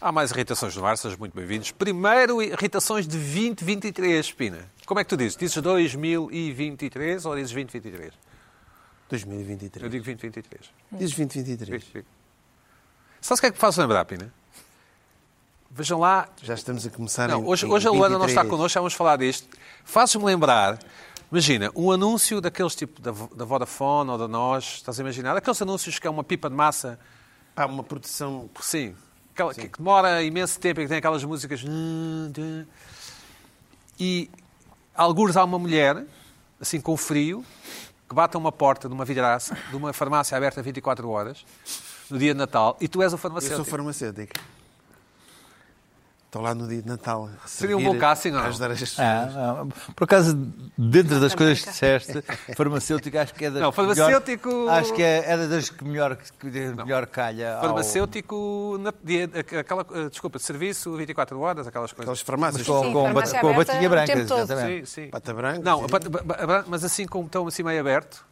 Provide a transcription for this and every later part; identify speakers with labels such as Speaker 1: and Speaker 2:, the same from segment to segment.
Speaker 1: Há mais irritações no ar, sejam muito bem-vindos. Primeiro, irritações de 2023, Pina. Como é que tu dizes? Dizes 2023 ou dizes 2023?
Speaker 2: 2023.
Speaker 1: Eu digo 2023.
Speaker 2: Dizes 2023.
Speaker 1: Sabe o que é que me faz lembrar, Pina? Vejam lá.
Speaker 2: Já estamos a começar
Speaker 1: Não,
Speaker 2: em-
Speaker 1: hoje,
Speaker 2: em
Speaker 1: hoje a Luana não está
Speaker 2: 23.
Speaker 1: connosco, já vamos falar disto. Faz-me lembrar, imagina, um anúncio daqueles tipo da, da Vodafone ou da Nós, estás a imaginar? Aqueles anúncios que é uma pipa de massa
Speaker 2: Há uma produção.
Speaker 1: Sim. Aquela, Que, que demora imenso tempo e que tem aquelas músicas. hum, hum. E alguns há uma mulher, assim com frio, que bate a uma porta de uma vidraça, de uma farmácia aberta 24 horas, no dia de Natal, e tu és o
Speaker 2: Eu
Speaker 1: farmacêutico.
Speaker 2: sou farmacêutico. Estou lá no dia de Natal. a
Speaker 1: Seria um
Speaker 2: servir,
Speaker 1: bom casting, não?
Speaker 2: a Ajudar as pessoas.
Speaker 3: Ah, ah, por acaso, dentro das coisas que disseste, farmacêutico acho que é das
Speaker 1: Não,
Speaker 3: que melhor-
Speaker 1: farmacêutico-
Speaker 3: acho que é, é das que melhor, que melhor calha. ao-
Speaker 1: Farmacêutico, na- dia- aquela, eh, desculpa, de serviço 24 horas, aquelas coisas.
Speaker 2: Aquelas farmácias.
Speaker 3: com,
Speaker 2: com
Speaker 3: com,
Speaker 4: farmácia
Speaker 3: bat- com a
Speaker 4: aberta
Speaker 3: batinha
Speaker 4: o
Speaker 3: branca.
Speaker 4: tempo todo.
Speaker 3: exatamente.
Speaker 1: Sim, sim.
Speaker 2: Pata branca.
Speaker 1: Não, a
Speaker 2: é, sim.
Speaker 1: pata- ba- ba- mas assim com um tom assim meio aberto,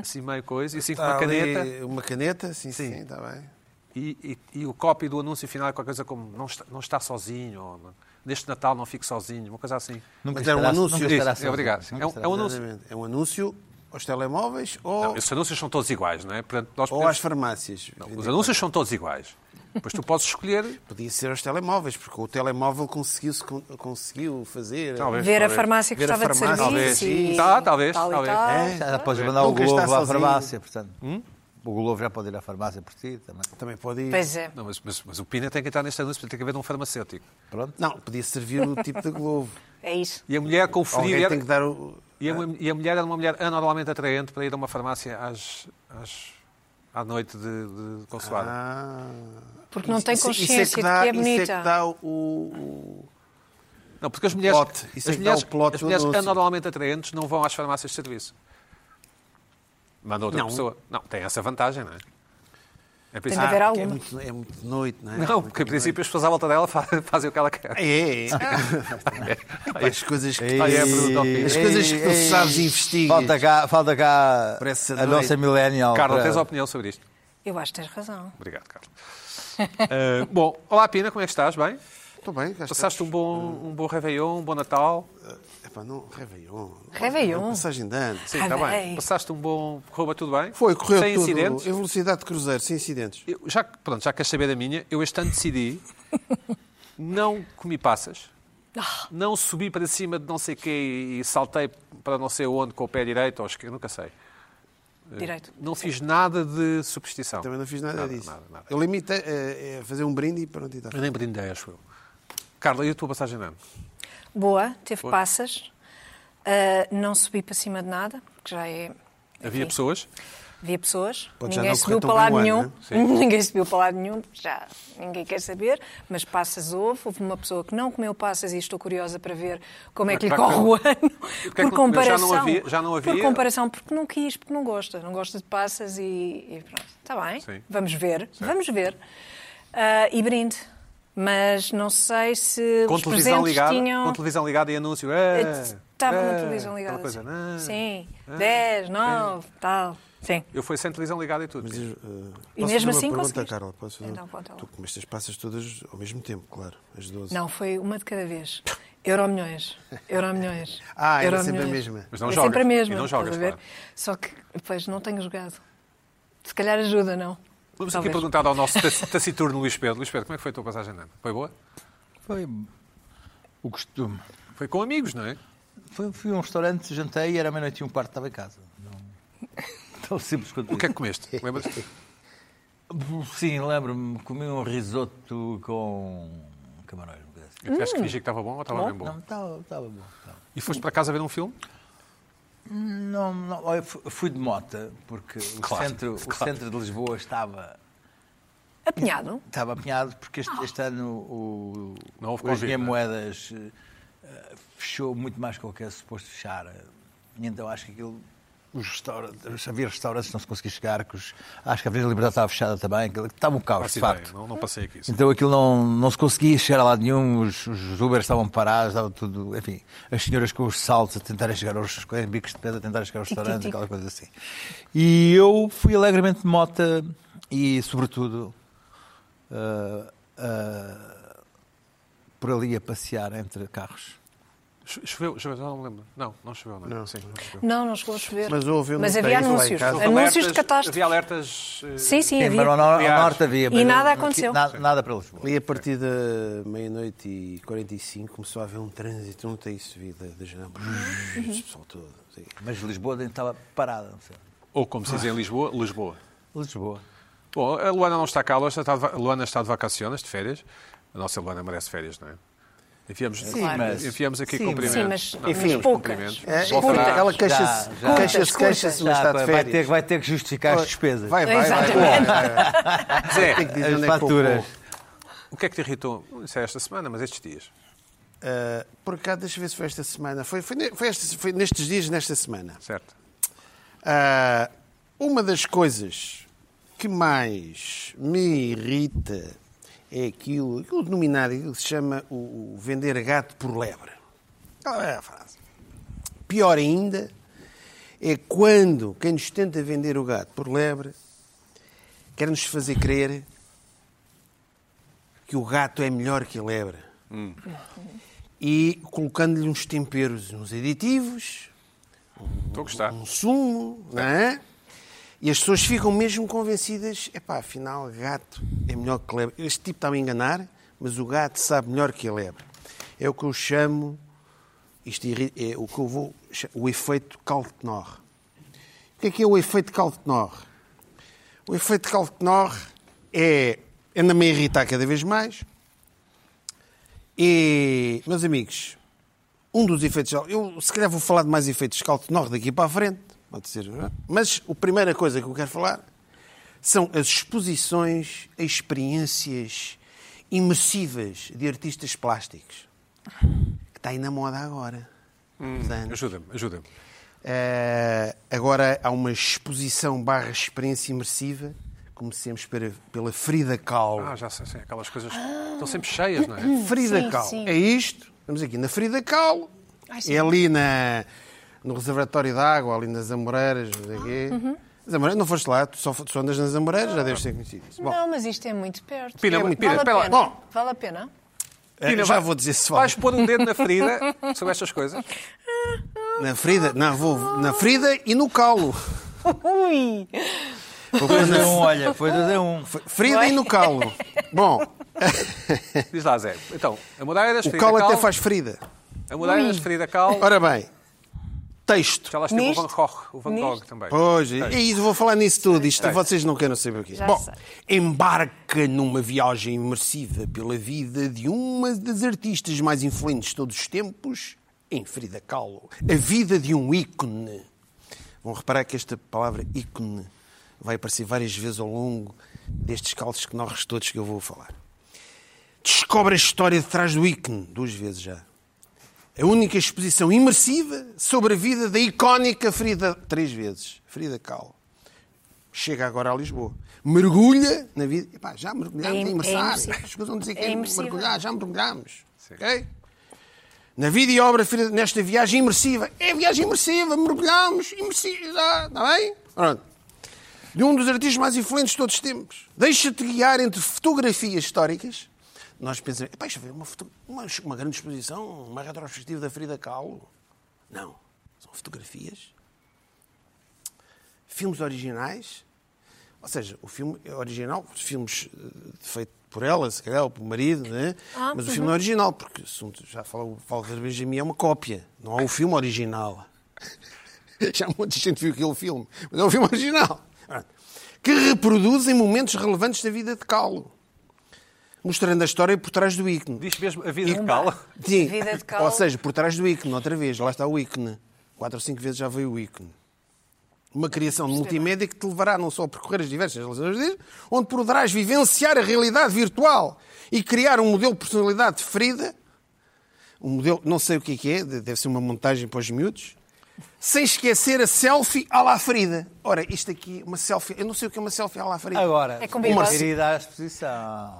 Speaker 1: assim meio coisa, e assim com uma
Speaker 2: Está ali
Speaker 1: caneta.
Speaker 2: Uma caneta, sim, sim, está bem.
Speaker 1: E, e- e o copy do anúncio final é qualquer coisa como não está, não está sozinho, ou não- neste Natal não fique sozinho, uma coisa assim.
Speaker 3: Nunca
Speaker 2: Mas era um
Speaker 3: estará-
Speaker 2: anúncio.
Speaker 3: nunca estará
Speaker 1: Isso,
Speaker 3: sozinho,
Speaker 1: obrigado.
Speaker 3: nunca
Speaker 1: É um-
Speaker 3: estará
Speaker 1: é um
Speaker 3: sozinho.
Speaker 1: anúncio.
Speaker 2: Exatamente. É um anúncio aos telemóveis ou,
Speaker 1: Esses anúncios são todos iguais, não é? Portanto, nós
Speaker 2: ou
Speaker 1: podemos-
Speaker 2: às farmácias.
Speaker 1: Os anúncios são todos iguais. Pois tu podes escolher.
Speaker 2: Podia ser aos telemóveis, porque o telemóvel conseguiu-se con- conseguiu fazer.
Speaker 1: Talvez.
Speaker 4: Ver a farmácia que
Speaker 2: Ver a
Speaker 4: gostava de
Speaker 2: farmácia,
Speaker 4: serviço.
Speaker 2: talvez.
Speaker 4: e
Speaker 1: Tá, talvez,
Speaker 4: tal e
Speaker 1: talvez.
Speaker 4: tal.
Speaker 2: É.
Speaker 1: um-
Speaker 3: Já podes mandar o
Speaker 2: Nunca está
Speaker 3: Globo à
Speaker 2: sozinho.
Speaker 3: farmácia, portanto.
Speaker 1: Hum?
Speaker 3: O Globo já pode ir à farmácia por ti também.
Speaker 2: Também pode ir.
Speaker 4: Pois é.
Speaker 1: Não, mas, mas- mas o Pina tem que entrar neste anúncio, tem que haver de um farmacêutico.
Speaker 3: Pronto.
Speaker 2: Não, podia servir o tipo da Globo.
Speaker 4: É isso.
Speaker 1: E a mulher com o frio
Speaker 2: Alguém
Speaker 1: era-
Speaker 2: tem que dar o.
Speaker 1: E, a, mu- e a mulher era uma mulher anormalmente atraente para ir a uma farmácia às, às- à noite de, de consoada.
Speaker 2: Ah.
Speaker 4: Porque não tem
Speaker 2: Isso- isso
Speaker 4: consciência
Speaker 2: dá-
Speaker 4: de que é bonita.
Speaker 2: Isso é que dá o- o...
Speaker 1: Não, porque as mulheres,
Speaker 2: Plot. Isso é
Speaker 1: as
Speaker 2: que dá
Speaker 1: mulheres,
Speaker 2: o plot
Speaker 1: as
Speaker 2: do
Speaker 1: mulheres
Speaker 2: anúncio.
Speaker 1: anormalmente atraentes não vão às farmácias de serviço. Manda outra
Speaker 2: Não.
Speaker 1: pessoa. Não, tem essa vantagem, não é? Em
Speaker 4: Tem
Speaker 1: princípio-
Speaker 4: de haver
Speaker 2: porque é
Speaker 4: alguma.
Speaker 2: muito, é muito de noite, não é?
Speaker 1: Não, porque em princípio as pessoas à volta dela fa- fazem o que ela quer.
Speaker 2: É, é. As coisas que tu-
Speaker 1: Ah, é, pergunta ao Pina.
Speaker 2: As coisas que tu
Speaker 3: Ei, ei,
Speaker 2: sabes e investigas.
Speaker 3: Falta cá, falta cá
Speaker 2: Parece
Speaker 3: a
Speaker 2: noite.
Speaker 3: nossa millennial.
Speaker 1: Carla,
Speaker 3: para-
Speaker 1: tens a opinião sobre isto?
Speaker 4: Eu acho que tens razão.
Speaker 1: Obrigado, Carla. Eh, bom, olá Pina, como é que estás? Bem?
Speaker 2: Estou bem, cá estás.
Speaker 1: Passaste um bom, um bom Réveillon, um bom Natal.
Speaker 2: Epá, não, Réveillon.
Speaker 4: Réveillon.
Speaker 2: Não, Passagem de ano.
Speaker 1: Sim, está
Speaker 4: Amei.
Speaker 1: bem. Passaste um bom. Correu tudo bem?
Speaker 2: Foi, correu
Speaker 1: Sem
Speaker 2: tudo.
Speaker 1: incidentes?
Speaker 2: Em velocidade de cruzeiro, sem incidentes.
Speaker 1: Eu, já, que- pronto, já queres saber da minha, eu este ano decidi não comi passas,
Speaker 4: Ah.
Speaker 1: não subi para cima de não sei quê e, e saltei para não sei onde com o pé direito ou esquerdo, nunca sei. É. Eh,
Speaker 4: Direito.
Speaker 1: Não fiz nada de superstição.
Speaker 2: Também não fiz nada,
Speaker 1: Nada,
Speaker 2: disso.
Speaker 1: nada, nada.
Speaker 2: Eu limitei eh, a fazer um brinde e pronto e tal.
Speaker 1: Eu nem brindei, acho eu. Carla, e a tua passagem de ano?
Speaker 4: Boa, teve passas. Ah, não subi para cima de nada, porque já é.
Speaker 1: Havia
Speaker 4: enfim,
Speaker 1: pessoas?
Speaker 4: Havia pessoas.
Speaker 2: Pode já
Speaker 4: ninguém
Speaker 2: não correr
Speaker 4: subiu
Speaker 2: tão
Speaker 4: para lado
Speaker 1: um
Speaker 2: bem o
Speaker 4: nenhum.
Speaker 2: ano,
Speaker 1: né?
Speaker 4: ninguém subiu para lado nenhum. Já ninguém quer saber. Mas passas houve. Houve uma pessoa que não comeu passas e estou curiosa para ver como é que lhe
Speaker 1: Vai- vai-
Speaker 4: corre o ano.
Speaker 1: que não
Speaker 4: Por
Speaker 1: comeu? Já não
Speaker 4: comparação.
Speaker 1: havia- já não
Speaker 4: Por
Speaker 1: havia?
Speaker 4: comparação, porque não quis, porque não gosta. Não gosta de passas e, e pronto. Está bem.
Speaker 1: Sim.
Speaker 4: Vamos ver. Vamos ver. Ah, e brinde. Mas não sei se
Speaker 1: Com
Speaker 4: os
Speaker 1: televisão,
Speaker 4: presentes
Speaker 1: ligada,
Speaker 4: tinham... Eh,
Speaker 1: com televisão ligada e anúncio. É,
Speaker 4: Estava
Speaker 1: é,
Speaker 4: na televisão ligada.
Speaker 1: aquela coisa, né? É.
Speaker 4: sim.
Speaker 1: não.
Speaker 4: sim, 10, 9, tal. Sim.
Speaker 1: Eu fui sem televisão ligada e tudo.
Speaker 2: Mas, eh,
Speaker 4: E
Speaker 2: posso
Speaker 4: mesmo
Speaker 2: fazer uma
Speaker 4: assim
Speaker 2: pergunta,
Speaker 4: conseguiste?
Speaker 2: Carla? Posso fazer?
Speaker 4: Então, conta lá.
Speaker 2: tu comeste as passas todas ao mesmo tempo, claro. As 12.
Speaker 4: Não, foi uma de cada vez. Euro milhões. Euro milhões.
Speaker 2: Ah, era sempre a mesma.
Speaker 1: Mas não
Speaker 4: é
Speaker 1: jogas.
Speaker 4: sempre a mesma.
Speaker 1: E não
Speaker 4: estás
Speaker 1: jogas,
Speaker 4: a ver?
Speaker 1: claro.
Speaker 4: Só que, pois, não tenho jogado. Se calhar ajuda, não?
Speaker 1: Vamos aqui
Speaker 4: Talvez.
Speaker 1: perguntar ao nosso taci- taciturno Luís Pedro. Luís Pedro, como é que foi a tua passagem de ano? Foi boa?
Speaker 3: Foi o costume.
Speaker 1: Foi com amigos, não é?
Speaker 3: Foi, fui a um restaurante, jantei e era meia-noite e um quarto, estava em casa. Não- Tão simples quanto
Speaker 1: O que é que comeste? Lembras?
Speaker 3: isso. Sim, lembro-me, comi um risoto com camarões. uma coisa assim.
Speaker 1: E tiveste que fingir que estava bom ou estava bem bom?
Speaker 3: Não, estava estava bom. estava.
Speaker 1: E foste para casa ver um filme?
Speaker 3: Não, não, olha, fu- fui de mota, porque o,
Speaker 1: Claro,
Speaker 3: centro, o centro de Lisboa estava,
Speaker 4: Apanhado.
Speaker 3: estava apanhado, porque este, este ano o,
Speaker 1: Não houve
Speaker 3: o
Speaker 1: Covid,
Speaker 3: Engenho
Speaker 1: não é?
Speaker 3: Moedas eh, fechou muito mais que o que é suposto fechar. E então acho que aquilo. Os restaurantes, havia restaurantes que não se conseguia chegar, que os- acho que a Avenida da Liberdade estava fechada também, aquilo- estava um caos,
Speaker 1: Faço
Speaker 3: de
Speaker 1: ideia,
Speaker 3: facto.
Speaker 1: Não, não passei aqui.
Speaker 3: Então aquilo não, não se conseguia chegar a lado nenhum, os, os Ubers estavam parados, estava tudo, enfim, as senhoras com os saltos a tentarem chegar aos com os bicos de pedra, a tentarem chegar aos restaurantes, aquela coisa assim. E eu fui alegremente de mota e, sobretudo, eh,
Speaker 5: ah, por ali a passear entre carros.
Speaker 1: Cho- Choveu, choveu, não me lembro. Não, não choveu, não. é?
Speaker 2: Não, sim, não chegou.
Speaker 4: Não, não chegou a chover.
Speaker 2: Mas houve um
Speaker 4: Mas havia
Speaker 2: país lá em
Speaker 4: anúncios.
Speaker 2: casa.
Speaker 1: Houve
Speaker 4: Anúncios de
Speaker 1: alertas-
Speaker 4: catástrofe.
Speaker 1: Havia alertas. eh,
Speaker 4: Sim, sim,
Speaker 5: Sim,
Speaker 4: havia.
Speaker 5: mas ao, nor- ao
Speaker 1: Aliás,
Speaker 5: norte havia.
Speaker 4: e
Speaker 5: mas
Speaker 4: nada
Speaker 5: não-
Speaker 4: aconteceu.
Speaker 5: Nada, nada para Lisboa.
Speaker 2: Ali a partir da meia-noite e 45 começou a haver um trânsito, não tem isso vida da janela. O pessoal todo. assim.
Speaker 5: Mas Lisboa nem estava parada. Não sei.
Speaker 1: Ou como se diz em Lisboa, Lisboa.
Speaker 5: Lisboa.
Speaker 1: Bom, a Luana não está cá, a Luana está de, va- a Luana está de vacaciones, de férias. A nossa Luana merece férias, não é? Enfiamos,
Speaker 5: Claro. mas-
Speaker 1: enfiamos aqui
Speaker 5: sim,
Speaker 1: cumprimentos.
Speaker 4: Sim, mas,
Speaker 1: Não,
Speaker 4: mas
Speaker 2: Enfim,
Speaker 4: poucas.
Speaker 1: cumprimentos.
Speaker 2: É,
Speaker 1: Voltará.
Speaker 2: ela queixa-se,
Speaker 5: Já, já.
Speaker 2: queixa-se,
Speaker 4: Curtas,
Speaker 2: queixa-se, mas está de
Speaker 5: vai, ter,
Speaker 2: férias.
Speaker 5: vai ter que justificar as despesas.
Speaker 2: Vai, vai, vai.
Speaker 4: Exatamente.
Speaker 1: Zé,
Speaker 2: Tem que dizer
Speaker 5: As
Speaker 2: onde é que
Speaker 5: faturas.
Speaker 2: poupou.
Speaker 1: o que é que te irritou? Não sei esta semana, mas estes dias.
Speaker 2: Ah, por acaso, deixa eu ver se foi esta semana. Foi, foi, ne- foi esta- foi nestes dias, nesta semana.
Speaker 1: Certo.
Speaker 2: Ah, uma das coisas que mais me irrita é aquilo, aquilo denominado, aquilo que se chama o, o vender gato por lebre. Aquela é a frase. Pior ainda é quando quem nos tenta vender o gato por lebre quer-nos fazer crer que o gato é melhor que a lebre. E colocando-lhe uns temperos, uns aditivos,
Speaker 1: Estou a gostar.
Speaker 2: um sumo, não é? E as pessoas ficam mesmo convencidas, epá, afinal, gato é melhor que lebre. Este tipo está-me a enganar, mas o gato sabe melhor que a lebre. É o que eu chamo, isto irri- é o que eu vou, cha- o efeito Caltenor. O que é que é o efeito Caltenor? O efeito Caltenor é, anda-me a irritar cada vez mais, e, meus amigos, um dos efeitos. Eu se calhar vou falar de mais efeitos Caltenor daqui para a frente, pode ser. não é? Mas a primeira coisa que eu quero falar são as exposições a experiências imersivas de artistas plásticos. Que está aí na moda agora. Portanto,
Speaker 1: Ajuda-me, ajuda-me.
Speaker 2: eh, agora há uma exposição barra experiência imersiva. Comecemos pela- pela Frida Kahlo.
Speaker 1: Ah, já sei, sim, aquelas coisas
Speaker 2: Ah.
Speaker 1: estão sempre cheias, não é?
Speaker 2: Frida
Speaker 4: Sim,
Speaker 2: Kahlo.
Speaker 4: sim.
Speaker 2: É isto. Estamos aqui na Frida Kahlo.
Speaker 4: Ai, sim.
Speaker 2: é ali na, no reservatório de água, ali nas Amoreiras. Não, sei
Speaker 4: Ah,
Speaker 2: quê.
Speaker 4: uhum.
Speaker 2: As Amoreiras, não foste lá, tu só, tu só andas nas Amoreiras, já deves ter conhecido isso. Bom,
Speaker 4: Não, mas isto é muito perto.
Speaker 1: Pina,
Speaker 4: é muito
Speaker 1: Pina,
Speaker 4: vale,
Speaker 1: espera
Speaker 4: a
Speaker 1: lá.
Speaker 4: pena.
Speaker 2: Bom.
Speaker 4: vale a pena.
Speaker 2: eh,
Speaker 1: Pina,
Speaker 2: já
Speaker 1: vai-
Speaker 2: vou dizer se vale.
Speaker 1: Vais pôr um dedo na ferida sobre estas coisas?
Speaker 2: Na Frida, não, vou na Frida e no Calo.
Speaker 4: Ui!
Speaker 2: Vou pôr
Speaker 5: Foi
Speaker 2: na
Speaker 5: a um, olha, foi a um.
Speaker 2: Frida e no Calo. Bom,
Speaker 1: Diz lá, Zé. Então, a Modeiras,
Speaker 2: o
Speaker 1: Frida
Speaker 2: Calo até
Speaker 1: Kahlo,
Speaker 2: faz Frida.
Speaker 1: A Modeiras, Frida Cal.
Speaker 2: Ora bem, texto.
Speaker 1: Já lá esteve o
Speaker 4: Nisto?
Speaker 1: Van Gogh, o Van Gogh
Speaker 4: Nisto?
Speaker 1: também.
Speaker 2: Pois, é isso, É vou falar nisso tudo. Isto
Speaker 1: Sei.
Speaker 2: vocês não querem saber o que é.
Speaker 4: Já
Speaker 2: Bom,
Speaker 4: sei.
Speaker 2: embarca numa viagem imersiva pela vida de uma das artistas mais influentes de todos os tempos, em Frida Kahlo. A vida de um ícone. Vão reparar que esta palavra ícone vai aparecer várias vezes ao longo destes calços que nós todos que eu vou falar. Descobre a história de trás do ícone, duas vezes já. A única exposição imersiva sobre a vida da icónica Frida, três vezes, Frida Kahlo. Chega agora a Lisboa. Mergulha na vida. Epá, já mergulhámos
Speaker 4: É im-
Speaker 2: em
Speaker 4: é
Speaker 2: imersar.
Speaker 4: imersivo.
Speaker 2: As coisas vão dizer que
Speaker 4: É
Speaker 2: é
Speaker 4: imersivo.
Speaker 2: mergulhar, já mergulhámos. ok? Na vida e obra, Frida- nesta viagem imersiva. É viagem imersiva, mergulhámos, imersiva. Está tá bem? Pronto. De um dos artistas mais influentes de todos os tempos. Deixa-te guiar entre fotografias históricas. Nós pensamos, "Epá, isto é uma, foto- uma- uma grande exposição, uma retrospectiva da Frida Kahlo. Não. São fotografias filmes originais, ou seja, o filme é original, os filmes feitos por ela, se calhar, ou pelo marido, né?
Speaker 4: Ah,
Speaker 2: mas o filme não é original, porque se um- já falou o Walter Benjamin, é uma cópia, não é o filme original. já muita gente viu aquele filme, mas é o filme original. Que reproduzem momentos relevantes da vida de Calo, mostrando a história por trás do ícone.
Speaker 1: Diz mesmo a vida de Cal.
Speaker 2: Sim.
Speaker 4: Vida de Calo.
Speaker 2: Ou seja, por trás do ícone, outra vez, lá está o ícone. Quatro ou cinco vezes já veio o ícone. Uma criação de
Speaker 4: é
Speaker 2: multimédia que te levará não só a percorrer as diversas relações dele, onde poderás vivenciar a realidade virtual e criar um modelo de personalidade de ferida, um modelo, não sei o que é que é, de- deve ser uma montagem para os miúdos, sem esquecer a selfie à la ferida. Ora, isto aqui, uma selfie, eu não sei o que é uma selfie à la ferida.
Speaker 5: Agora,
Speaker 4: É com bigode.
Speaker 5: ir ir à exposição.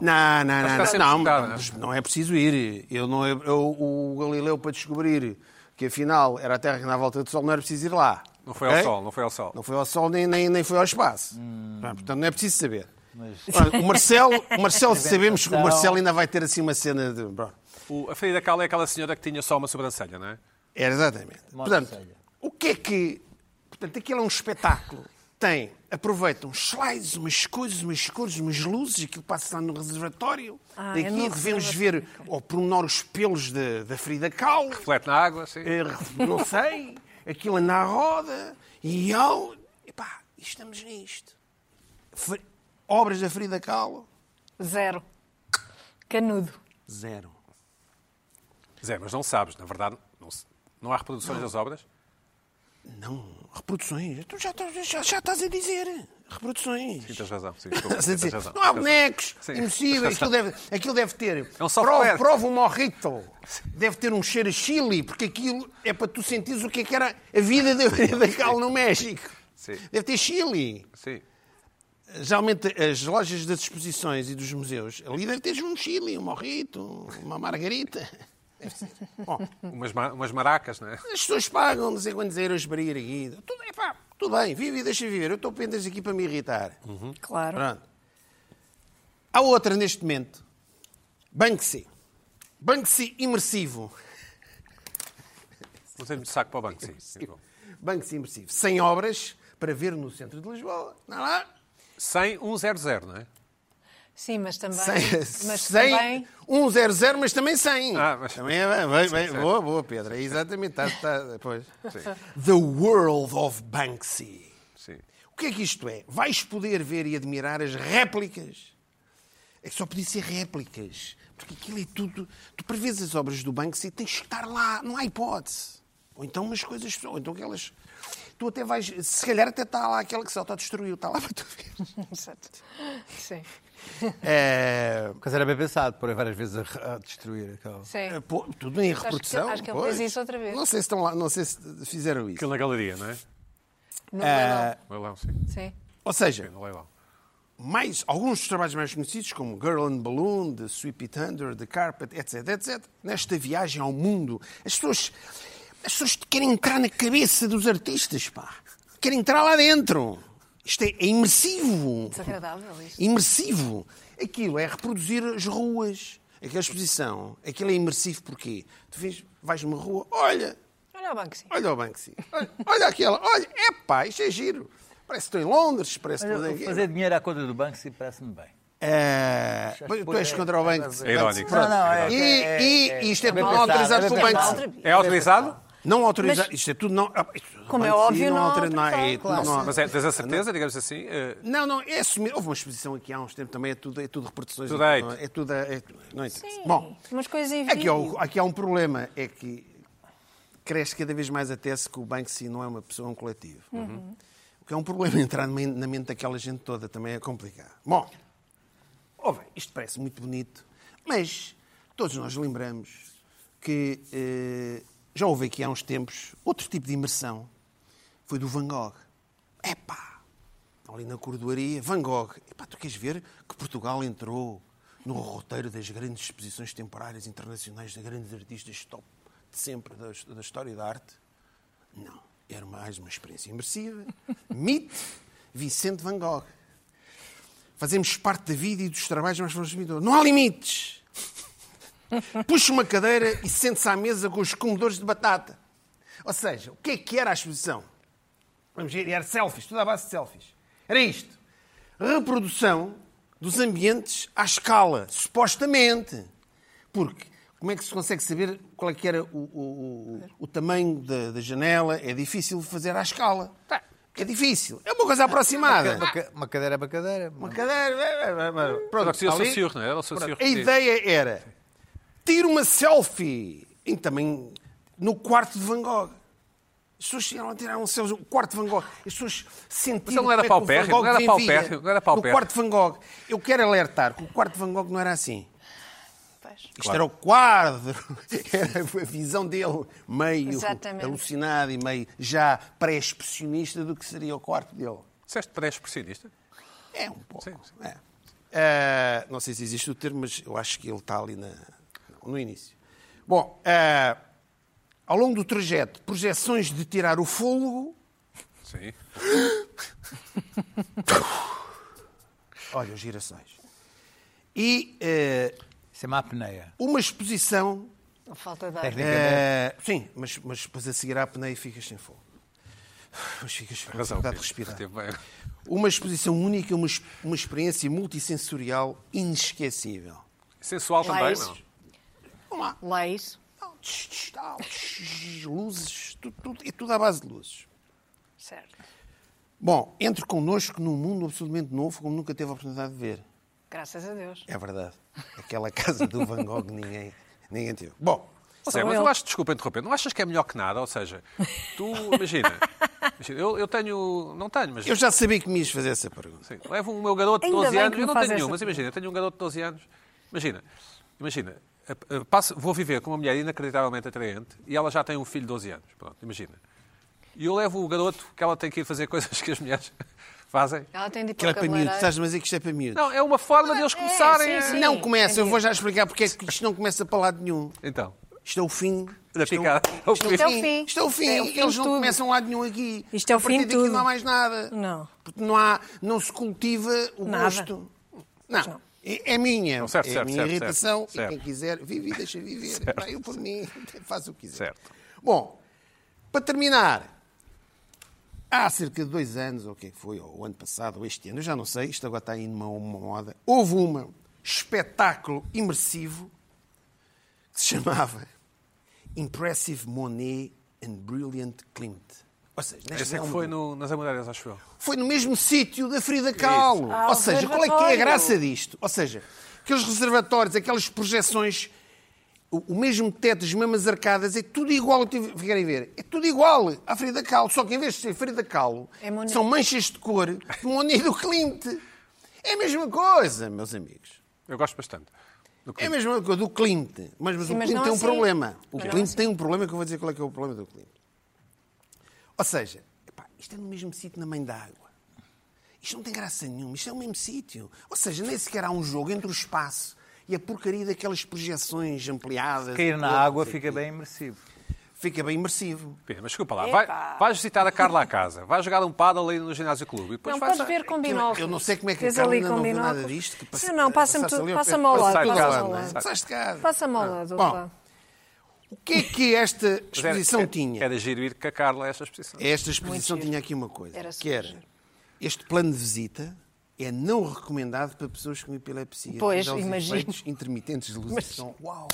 Speaker 2: Não, não,
Speaker 1: Mas
Speaker 2: não.
Speaker 1: está
Speaker 2: Não,
Speaker 1: sempre
Speaker 2: não,
Speaker 1: escutada,
Speaker 2: mas não é preciso ir. Eu não, eu, o Galileu, para descobrir que afinal era a Terra que andava à volta do Sol, não era preciso ir lá.
Speaker 1: Não foi
Speaker 2: Ok?
Speaker 1: ao sol, Hum. não foi ao sol.
Speaker 2: Não foi ao Sol nem, nem, nem foi ao espaço. Portanto, não é preciso saber.
Speaker 5: mas
Speaker 2: Olha, o Marcelo, o Marcelo sabemos que o Marcelo ainda vai ter assim uma cena de. bro.
Speaker 1: O- a Frida Kahlo é aquela senhora que tinha só uma sobrancelha, não é?
Speaker 2: Era exatamente.
Speaker 5: Uma
Speaker 2: Portanto,
Speaker 5: sobrancelha.
Speaker 2: o que é que. Portanto, aquilo é um espetáculo. Tem, aproveita uns slides, umas coisas, umas cores, umas luzes, aquilo passa lá no reservatório.
Speaker 4: Ah, é
Speaker 2: Daqui
Speaker 4: no
Speaker 2: devemos ver ao pormenor os pelos da, da Frida Kahlo.
Speaker 1: Flete na água, assim.
Speaker 2: Eh, não sei, aquilo anda à roda, e eu, epá, estamos nisto. Fer- Obras da Frida Kahlo,
Speaker 4: Zero. Canudo.
Speaker 2: zero.
Speaker 1: Zé, mas não sabes, na verdade, não, se- não há reproduções das obras.
Speaker 2: Não, reproduções, tu já, estás- já, já estás a dizer, reproduções.
Speaker 1: Sim, tens razão. Sim, desculpa,
Speaker 2: Estás a
Speaker 1: tens
Speaker 2: dizer,
Speaker 1: razão.
Speaker 2: não há bonecos,
Speaker 1: Sim.
Speaker 2: impossível, aquilo deve, aquilo deve ter.
Speaker 1: É um soft
Speaker 2: prova,
Speaker 1: ware.
Speaker 2: prova um morrito. Deve ter um cheiro a chili, porque aquilo é para tu sentires o que é que era a vida da Frida Kahlo no México.
Speaker 1: Sim.
Speaker 2: Deve ter chili.
Speaker 1: Sim.
Speaker 2: Geralmente as lojas das exposições e dos museus, ali deve ter um chili, um morrito, uma margarita. Deve ser. Bom,
Speaker 1: Umas, ma- umas maracas, não é?
Speaker 2: as pessoas pagam não sei quantos euros para ir aqui. Tudo, epá, tudo bem, vive e deixa viver. Eu estou apenas aqui para me irritar.
Speaker 1: Hum?
Speaker 4: Claro.
Speaker 2: Pronto. Há outra neste momento. Banksy. Banksy imersivo.
Speaker 1: Não tens muito saco para o banco, sim. sim. bom.
Speaker 2: Banksy imersivo. Sem obras para ver no centro de Lisboa. Não lá.
Speaker 1: 100, 100, não é?
Speaker 4: Sim, mas também.
Speaker 2: Sem,
Speaker 4: mas
Speaker 2: sem
Speaker 4: também.
Speaker 2: 100, mas também sem.
Speaker 1: Ah, mas-
Speaker 2: Também é bem, bem, bem. boa, boa, Pedro. É exatamente. Tá, tá, pois. The World of Banksy.
Speaker 1: Sim.
Speaker 2: O que é que isto é? Vais poder ver e admirar as réplicas. É que só podia ser réplicas. Porque aquilo é tudo. Tu prevês as obras do Banksy e tens que estar lá, não há hipótese. Ou então umas coisas. Ou então aquelas. Tu até vais. Se calhar até está lá aquela que se autodestruiu, está lá para tu ver.
Speaker 4: Exato. Sim.
Speaker 2: É,
Speaker 5: Mas era bem pensado, porém várias vezes a, a destruir. aquela-
Speaker 4: Sim.
Speaker 2: é, pô, tudo em reprodução.
Speaker 4: acho que ele
Speaker 2: pois.
Speaker 4: fez isso outra vez.
Speaker 2: Não sei se estão lá, não sei se fizeram isso.
Speaker 1: Aquilo na galeria, não é?
Speaker 4: No
Speaker 2: É.
Speaker 4: leilão.
Speaker 1: Leilão, sim.
Speaker 4: Sim.
Speaker 2: Ou seja,
Speaker 1: No leilão.
Speaker 2: mais, alguns dos trabalhos mais conhecidos, como Girl and Balloon, The Sweepy Thunder, The Carpet, etc, etc, nesta viagem ao mundo, as pessoas, as pessoas querem entrar na cabeça dos artistas, pá. Querem entrar lá dentro. Isto é, é imersivo.
Speaker 4: Desagradável isto.
Speaker 2: Imersivo. Aquilo é reproduzir as ruas. Aquela exposição, aquilo é imersivo porquê? Tu vês, vais numa rua, olha,
Speaker 4: Olha o banco, sim.
Speaker 2: olha o Banksy, olha, olha aquela, olha, epá, isto é giro. Parece que estou em Londres, parece que
Speaker 5: Mas
Speaker 2: estou
Speaker 5: eu-
Speaker 2: aqui.
Speaker 5: fazer dinheiro à conta do banco sim, parece-me bem.
Speaker 2: É... mas Tu és contra o banco.
Speaker 1: É irónico.
Speaker 5: Não, não, é-
Speaker 2: E,
Speaker 5: é-
Speaker 2: e
Speaker 5: é-
Speaker 2: isto é,
Speaker 5: é
Speaker 2: tudo
Speaker 5: bem
Speaker 2: não
Speaker 5: pensado,
Speaker 2: autorizado
Speaker 5: é
Speaker 2: pelo
Speaker 5: bem pensado.
Speaker 2: banco.
Speaker 4: Outra-
Speaker 1: É autorizado?
Speaker 2: Não autorizado.
Speaker 4: Mas-
Speaker 2: Isto é tudo não. ah, isto-
Speaker 4: Como é
Speaker 2: Banco, sim,
Speaker 4: óbvio, não
Speaker 2: autoriza-
Speaker 4: autorizado,
Speaker 2: é, tudo
Speaker 4: claro.
Speaker 2: não-
Speaker 1: Mas é, tens a certeza, digamos assim? eh,
Speaker 2: Não, não, é assumir. Houve uma exposição aqui há uns tempos também, é tudo, é tudo reproduções.
Speaker 1: Tudo
Speaker 2: é,
Speaker 1: aí.
Speaker 2: tudo- é tudo. É, tudo- não interessa.
Speaker 4: Sim.
Speaker 2: Bom,
Speaker 4: Umas coisas em
Speaker 2: aqui, há
Speaker 4: vídeo.
Speaker 2: o- aqui há um problema, é que cresce cada vez mais a tese que o Banksy não é uma pessoa, é um coletivo. O que é um problema entrar na na mente daquela gente toda, também é complicado. Bom, ó bem, isto parece muito bonito, mas todos nós lembramos que eh, já houve aqui há uns tempos outro tipo de imersão, foi do Van Gogh. Epá, ali na cordoaria, Van Gogh. Epá, tu queres ver que Portugal entrou no roteiro das grandes exposições temporárias internacionais de grandes artistas top de sempre da, his- da história da arte? Não, era mais uma experiência imersiva. Meet Vicente Van Gogh. Fazemos parte da vida e dos trabalhos mais transmitidores. Não há limites. Puxa uma cadeira e sente-se à mesa com os comedores de batata. Ou seja, o que é que era a exposição? Vamos ver, era selfies, tudo à base de selfies. Era isto. Reprodução dos ambientes à escala, supostamente. Porque como é que se consegue saber qual é que era o, o- o- o tamanho da, da janela? É difícil fazer à escala. É difícil. É uma coisa aproximada.
Speaker 5: Uma, ca- uma cadeira é uma cadeira.
Speaker 2: Uma cadeira. é,
Speaker 1: Era o
Speaker 2: Pronto,
Speaker 1: seu
Speaker 2: ali-
Speaker 1: senhor, não é? Era o seu senhor.
Speaker 2: a ideia era tira uma selfie e também no quarto de Van Gogh. As pessoas chegaram a tirar um selfie. O quarto de Van Gogh. As pessoas sentiram.
Speaker 1: ele não era
Speaker 2: como é que o Van
Speaker 1: paupérrimo,
Speaker 2: Gogh
Speaker 1: não era
Speaker 2: vivia
Speaker 1: paupérrimo, não era
Speaker 2: No
Speaker 1: paupérrimo.
Speaker 2: quarto de Van Gogh. Eu quero alertar que o quarto de Van Gogh não era assim.
Speaker 4: Pois.
Speaker 2: Isto era o quadro, era a visão dele, meio
Speaker 4: Exatamente.
Speaker 2: alucinado e meio já pré-expressionista do que seria o quarto dele.
Speaker 1: Disseste pré-expressionista?
Speaker 2: É um pouco.
Speaker 1: Sim, sim.
Speaker 2: é. Eh, não sei se existe o termo, mas eu acho que ele está ali na- no início. Bom, eh, ao longo do trajeto, projeções de tirar o fôlego.
Speaker 1: Sim.
Speaker 2: Olha, os girassóis. E eh,
Speaker 5: Isso é uma apneia.
Speaker 2: uma exposição.
Speaker 4: A falta de ar.
Speaker 5: Técnica
Speaker 2: eh, sim, mas, mas depois a seguir à apneia ficas sem fogo. Mas ficas com
Speaker 1: Razão,
Speaker 2: dificuldade de
Speaker 1: Pedro.
Speaker 2: respirar.
Speaker 1: Teve bem.
Speaker 2: Uma exposição única, uma, ex- uma experiência multissensorial inesquecível.
Speaker 1: Sensual
Speaker 4: Lá
Speaker 1: também,
Speaker 4: isso.
Speaker 1: não?
Speaker 2: Vamos lá.
Speaker 4: Lá é isso.
Speaker 2: Tch, tch, tal, tch, Luzes, tudo, tudo, é tudo à base de luzes.
Speaker 4: Certo.
Speaker 2: Bom, entre connosco num mundo absolutamente novo, como nunca teve a oportunidade de ver.
Speaker 4: Graças a Deus.
Speaker 2: É verdade. Aquela casa do Van Gogh ninguém, ninguém teve. Bom,
Speaker 1: Ou seja,
Speaker 4: Sou
Speaker 1: mas
Speaker 4: eu.
Speaker 1: eu acho, desculpa interromper, não achas que é melhor que nada? Ou seja, tu, imagina, imagina, eu, eu tenho, não tenho, mas
Speaker 2: eu já sabia que me ias fazer essa pergunta.
Speaker 1: sim, levo o meu garoto de
Speaker 4: Ainda
Speaker 1: 12
Speaker 4: bem que
Speaker 1: anos,
Speaker 4: me
Speaker 1: eu não
Speaker 4: faz
Speaker 1: tenho nenhum,
Speaker 4: essa
Speaker 1: mas imagina, eu tenho um garoto de 12 anos, imagina, imagina, a- a- passo- vou viver com uma mulher inacreditavelmente atraente e ela já tem um filho de 12 anos, pronto, imagina. E eu levo o garoto que ela tem que ir fazer coisas que as mulheres fazem.
Speaker 4: Ela tem de ir
Speaker 2: Que
Speaker 4: para
Speaker 2: é
Speaker 4: o
Speaker 2: para miúdos,
Speaker 4: cabeleireiro.
Speaker 2: estás-me a dizer que isto é para miúdos.
Speaker 1: Não, é uma forma deles
Speaker 4: é,
Speaker 1: começarem
Speaker 4: sim,
Speaker 1: a...
Speaker 4: sim.
Speaker 2: Não começa, eu vou já explicar porque é que isto não começa para lado nenhum.
Speaker 1: Então,
Speaker 2: Isto é o fim.
Speaker 1: da
Speaker 2: Isto é o-
Speaker 1: picada.
Speaker 4: Isto é o fim.
Speaker 2: Isto é o fim.
Speaker 4: É o fim de
Speaker 2: Eles não
Speaker 4: tudo.
Speaker 2: começam a lado nenhum aqui.
Speaker 4: Isto é o
Speaker 2: a partir
Speaker 4: fim de
Speaker 2: daqui
Speaker 4: tudo.
Speaker 2: não há mais nada.
Speaker 4: Não.
Speaker 2: Porque não, há, não se cultiva o
Speaker 4: Nada.
Speaker 2: gosto. Não. É é minha.
Speaker 1: Não, certo,
Speaker 2: é a
Speaker 1: certo,
Speaker 2: minha
Speaker 1: certo,
Speaker 2: irritação.
Speaker 1: certo, certo.
Speaker 2: E quem quiser, vive e deixa viver. Pá, eu por mim, faz o que quiser.
Speaker 1: Certo.
Speaker 2: Bom, para terminar, há cerca de dois anos, ou o que foi, ou o ano passado, ou este ano, eu já não sei, isto agora está aí numa uma moda, houve um espetáculo imersivo que se chamava Impressive Monet and Brilliant Klimt. Ou seja, nesta
Speaker 1: Esse é
Speaker 4: um
Speaker 1: que
Speaker 2: realidade-
Speaker 1: foi no- nas Amoreiras, acho eu.
Speaker 2: foi no mesmo sítio da Frida Kahlo.
Speaker 4: Ah,
Speaker 2: Ou seja, qual é que é a
Speaker 4: observatório.
Speaker 2: graça disto? Ou seja, aqueles reservatórios, aquelas projeções, o, o mesmo teto, as mesmas arcadas, é tudo igual. ao que tive- Querem ver? É tudo igual à Frida Kahlo. Só que em vez de ser Frida Kahlo,
Speaker 4: É Monet.
Speaker 2: são manchas de cor de Monet e do Clint. É a mesma coisa, meus amigos.
Speaker 1: Eu gosto bastante. do
Speaker 2: É a
Speaker 1: Clint.
Speaker 2: mesma coisa do Clint. Mas, mas
Speaker 4: Sim,
Speaker 2: o
Speaker 4: mas
Speaker 2: Clint
Speaker 4: não
Speaker 2: tem um
Speaker 4: assim.
Speaker 2: problema. O
Speaker 4: Mas não
Speaker 2: Clint
Speaker 4: assim.
Speaker 2: tem um problema que eu vou dizer qual é que é o problema do Clint. Ou seja, epá, isto é no mesmo sítio na mãe da água. Isto não tem graça nenhuma. Isto é o mesmo sítio. Ou seja, nem sequer há um jogo entre o espaço e a porcaria daquelas projeções ampliadas.
Speaker 5: Cair na
Speaker 2: Não
Speaker 5: água
Speaker 2: sei
Speaker 5: fica
Speaker 2: o quê.
Speaker 5: bem imersivo.
Speaker 2: Fica bem imersivo.
Speaker 1: Pena, mas desculpa lá, vai,
Speaker 4: Epá.
Speaker 1: vais visitar a Carla à casa, vais jogar um paddle ali no ginásio clube e depois
Speaker 4: Não,
Speaker 1: vais...
Speaker 4: podes ver com binóculos.
Speaker 2: Eu não sei como é que a
Speaker 4: Vês
Speaker 2: Carla
Speaker 4: ali
Speaker 2: ainda
Speaker 4: com
Speaker 2: não viu
Speaker 4: binóculos.
Speaker 2: nada disto. que
Speaker 4: Sim, não, passa-me
Speaker 2: passaste
Speaker 4: tudo,
Speaker 2: ali ao pé-
Speaker 4: passa-me ao lado.
Speaker 1: Passaste
Speaker 4: Passa-me
Speaker 1: ao lado,
Speaker 2: Passa-te
Speaker 4: ao
Speaker 2: cá,
Speaker 1: não é?
Speaker 4: lado.
Speaker 2: passaste cá.
Speaker 4: Passa-me ao lado.
Speaker 2: Ah. Bom,
Speaker 4: opa.
Speaker 2: O que é que esta
Speaker 1: Mas era-
Speaker 2: exposição
Speaker 5: é-
Speaker 1: era-
Speaker 2: tinha? É.
Speaker 1: Era giro ir com a Carla a esta exposição.
Speaker 2: Esta exposição
Speaker 4: Muito giro.
Speaker 2: tinha aqui uma coisa,
Speaker 4: Era
Speaker 2: que
Speaker 4: super
Speaker 2: era,
Speaker 4: giro.
Speaker 2: este plano de visita é não recomendado para pessoas com epilepsia.
Speaker 4: Pois,
Speaker 2: devido aos
Speaker 4: imagino.
Speaker 2: efeitos intermitentes de luzes. São, uau,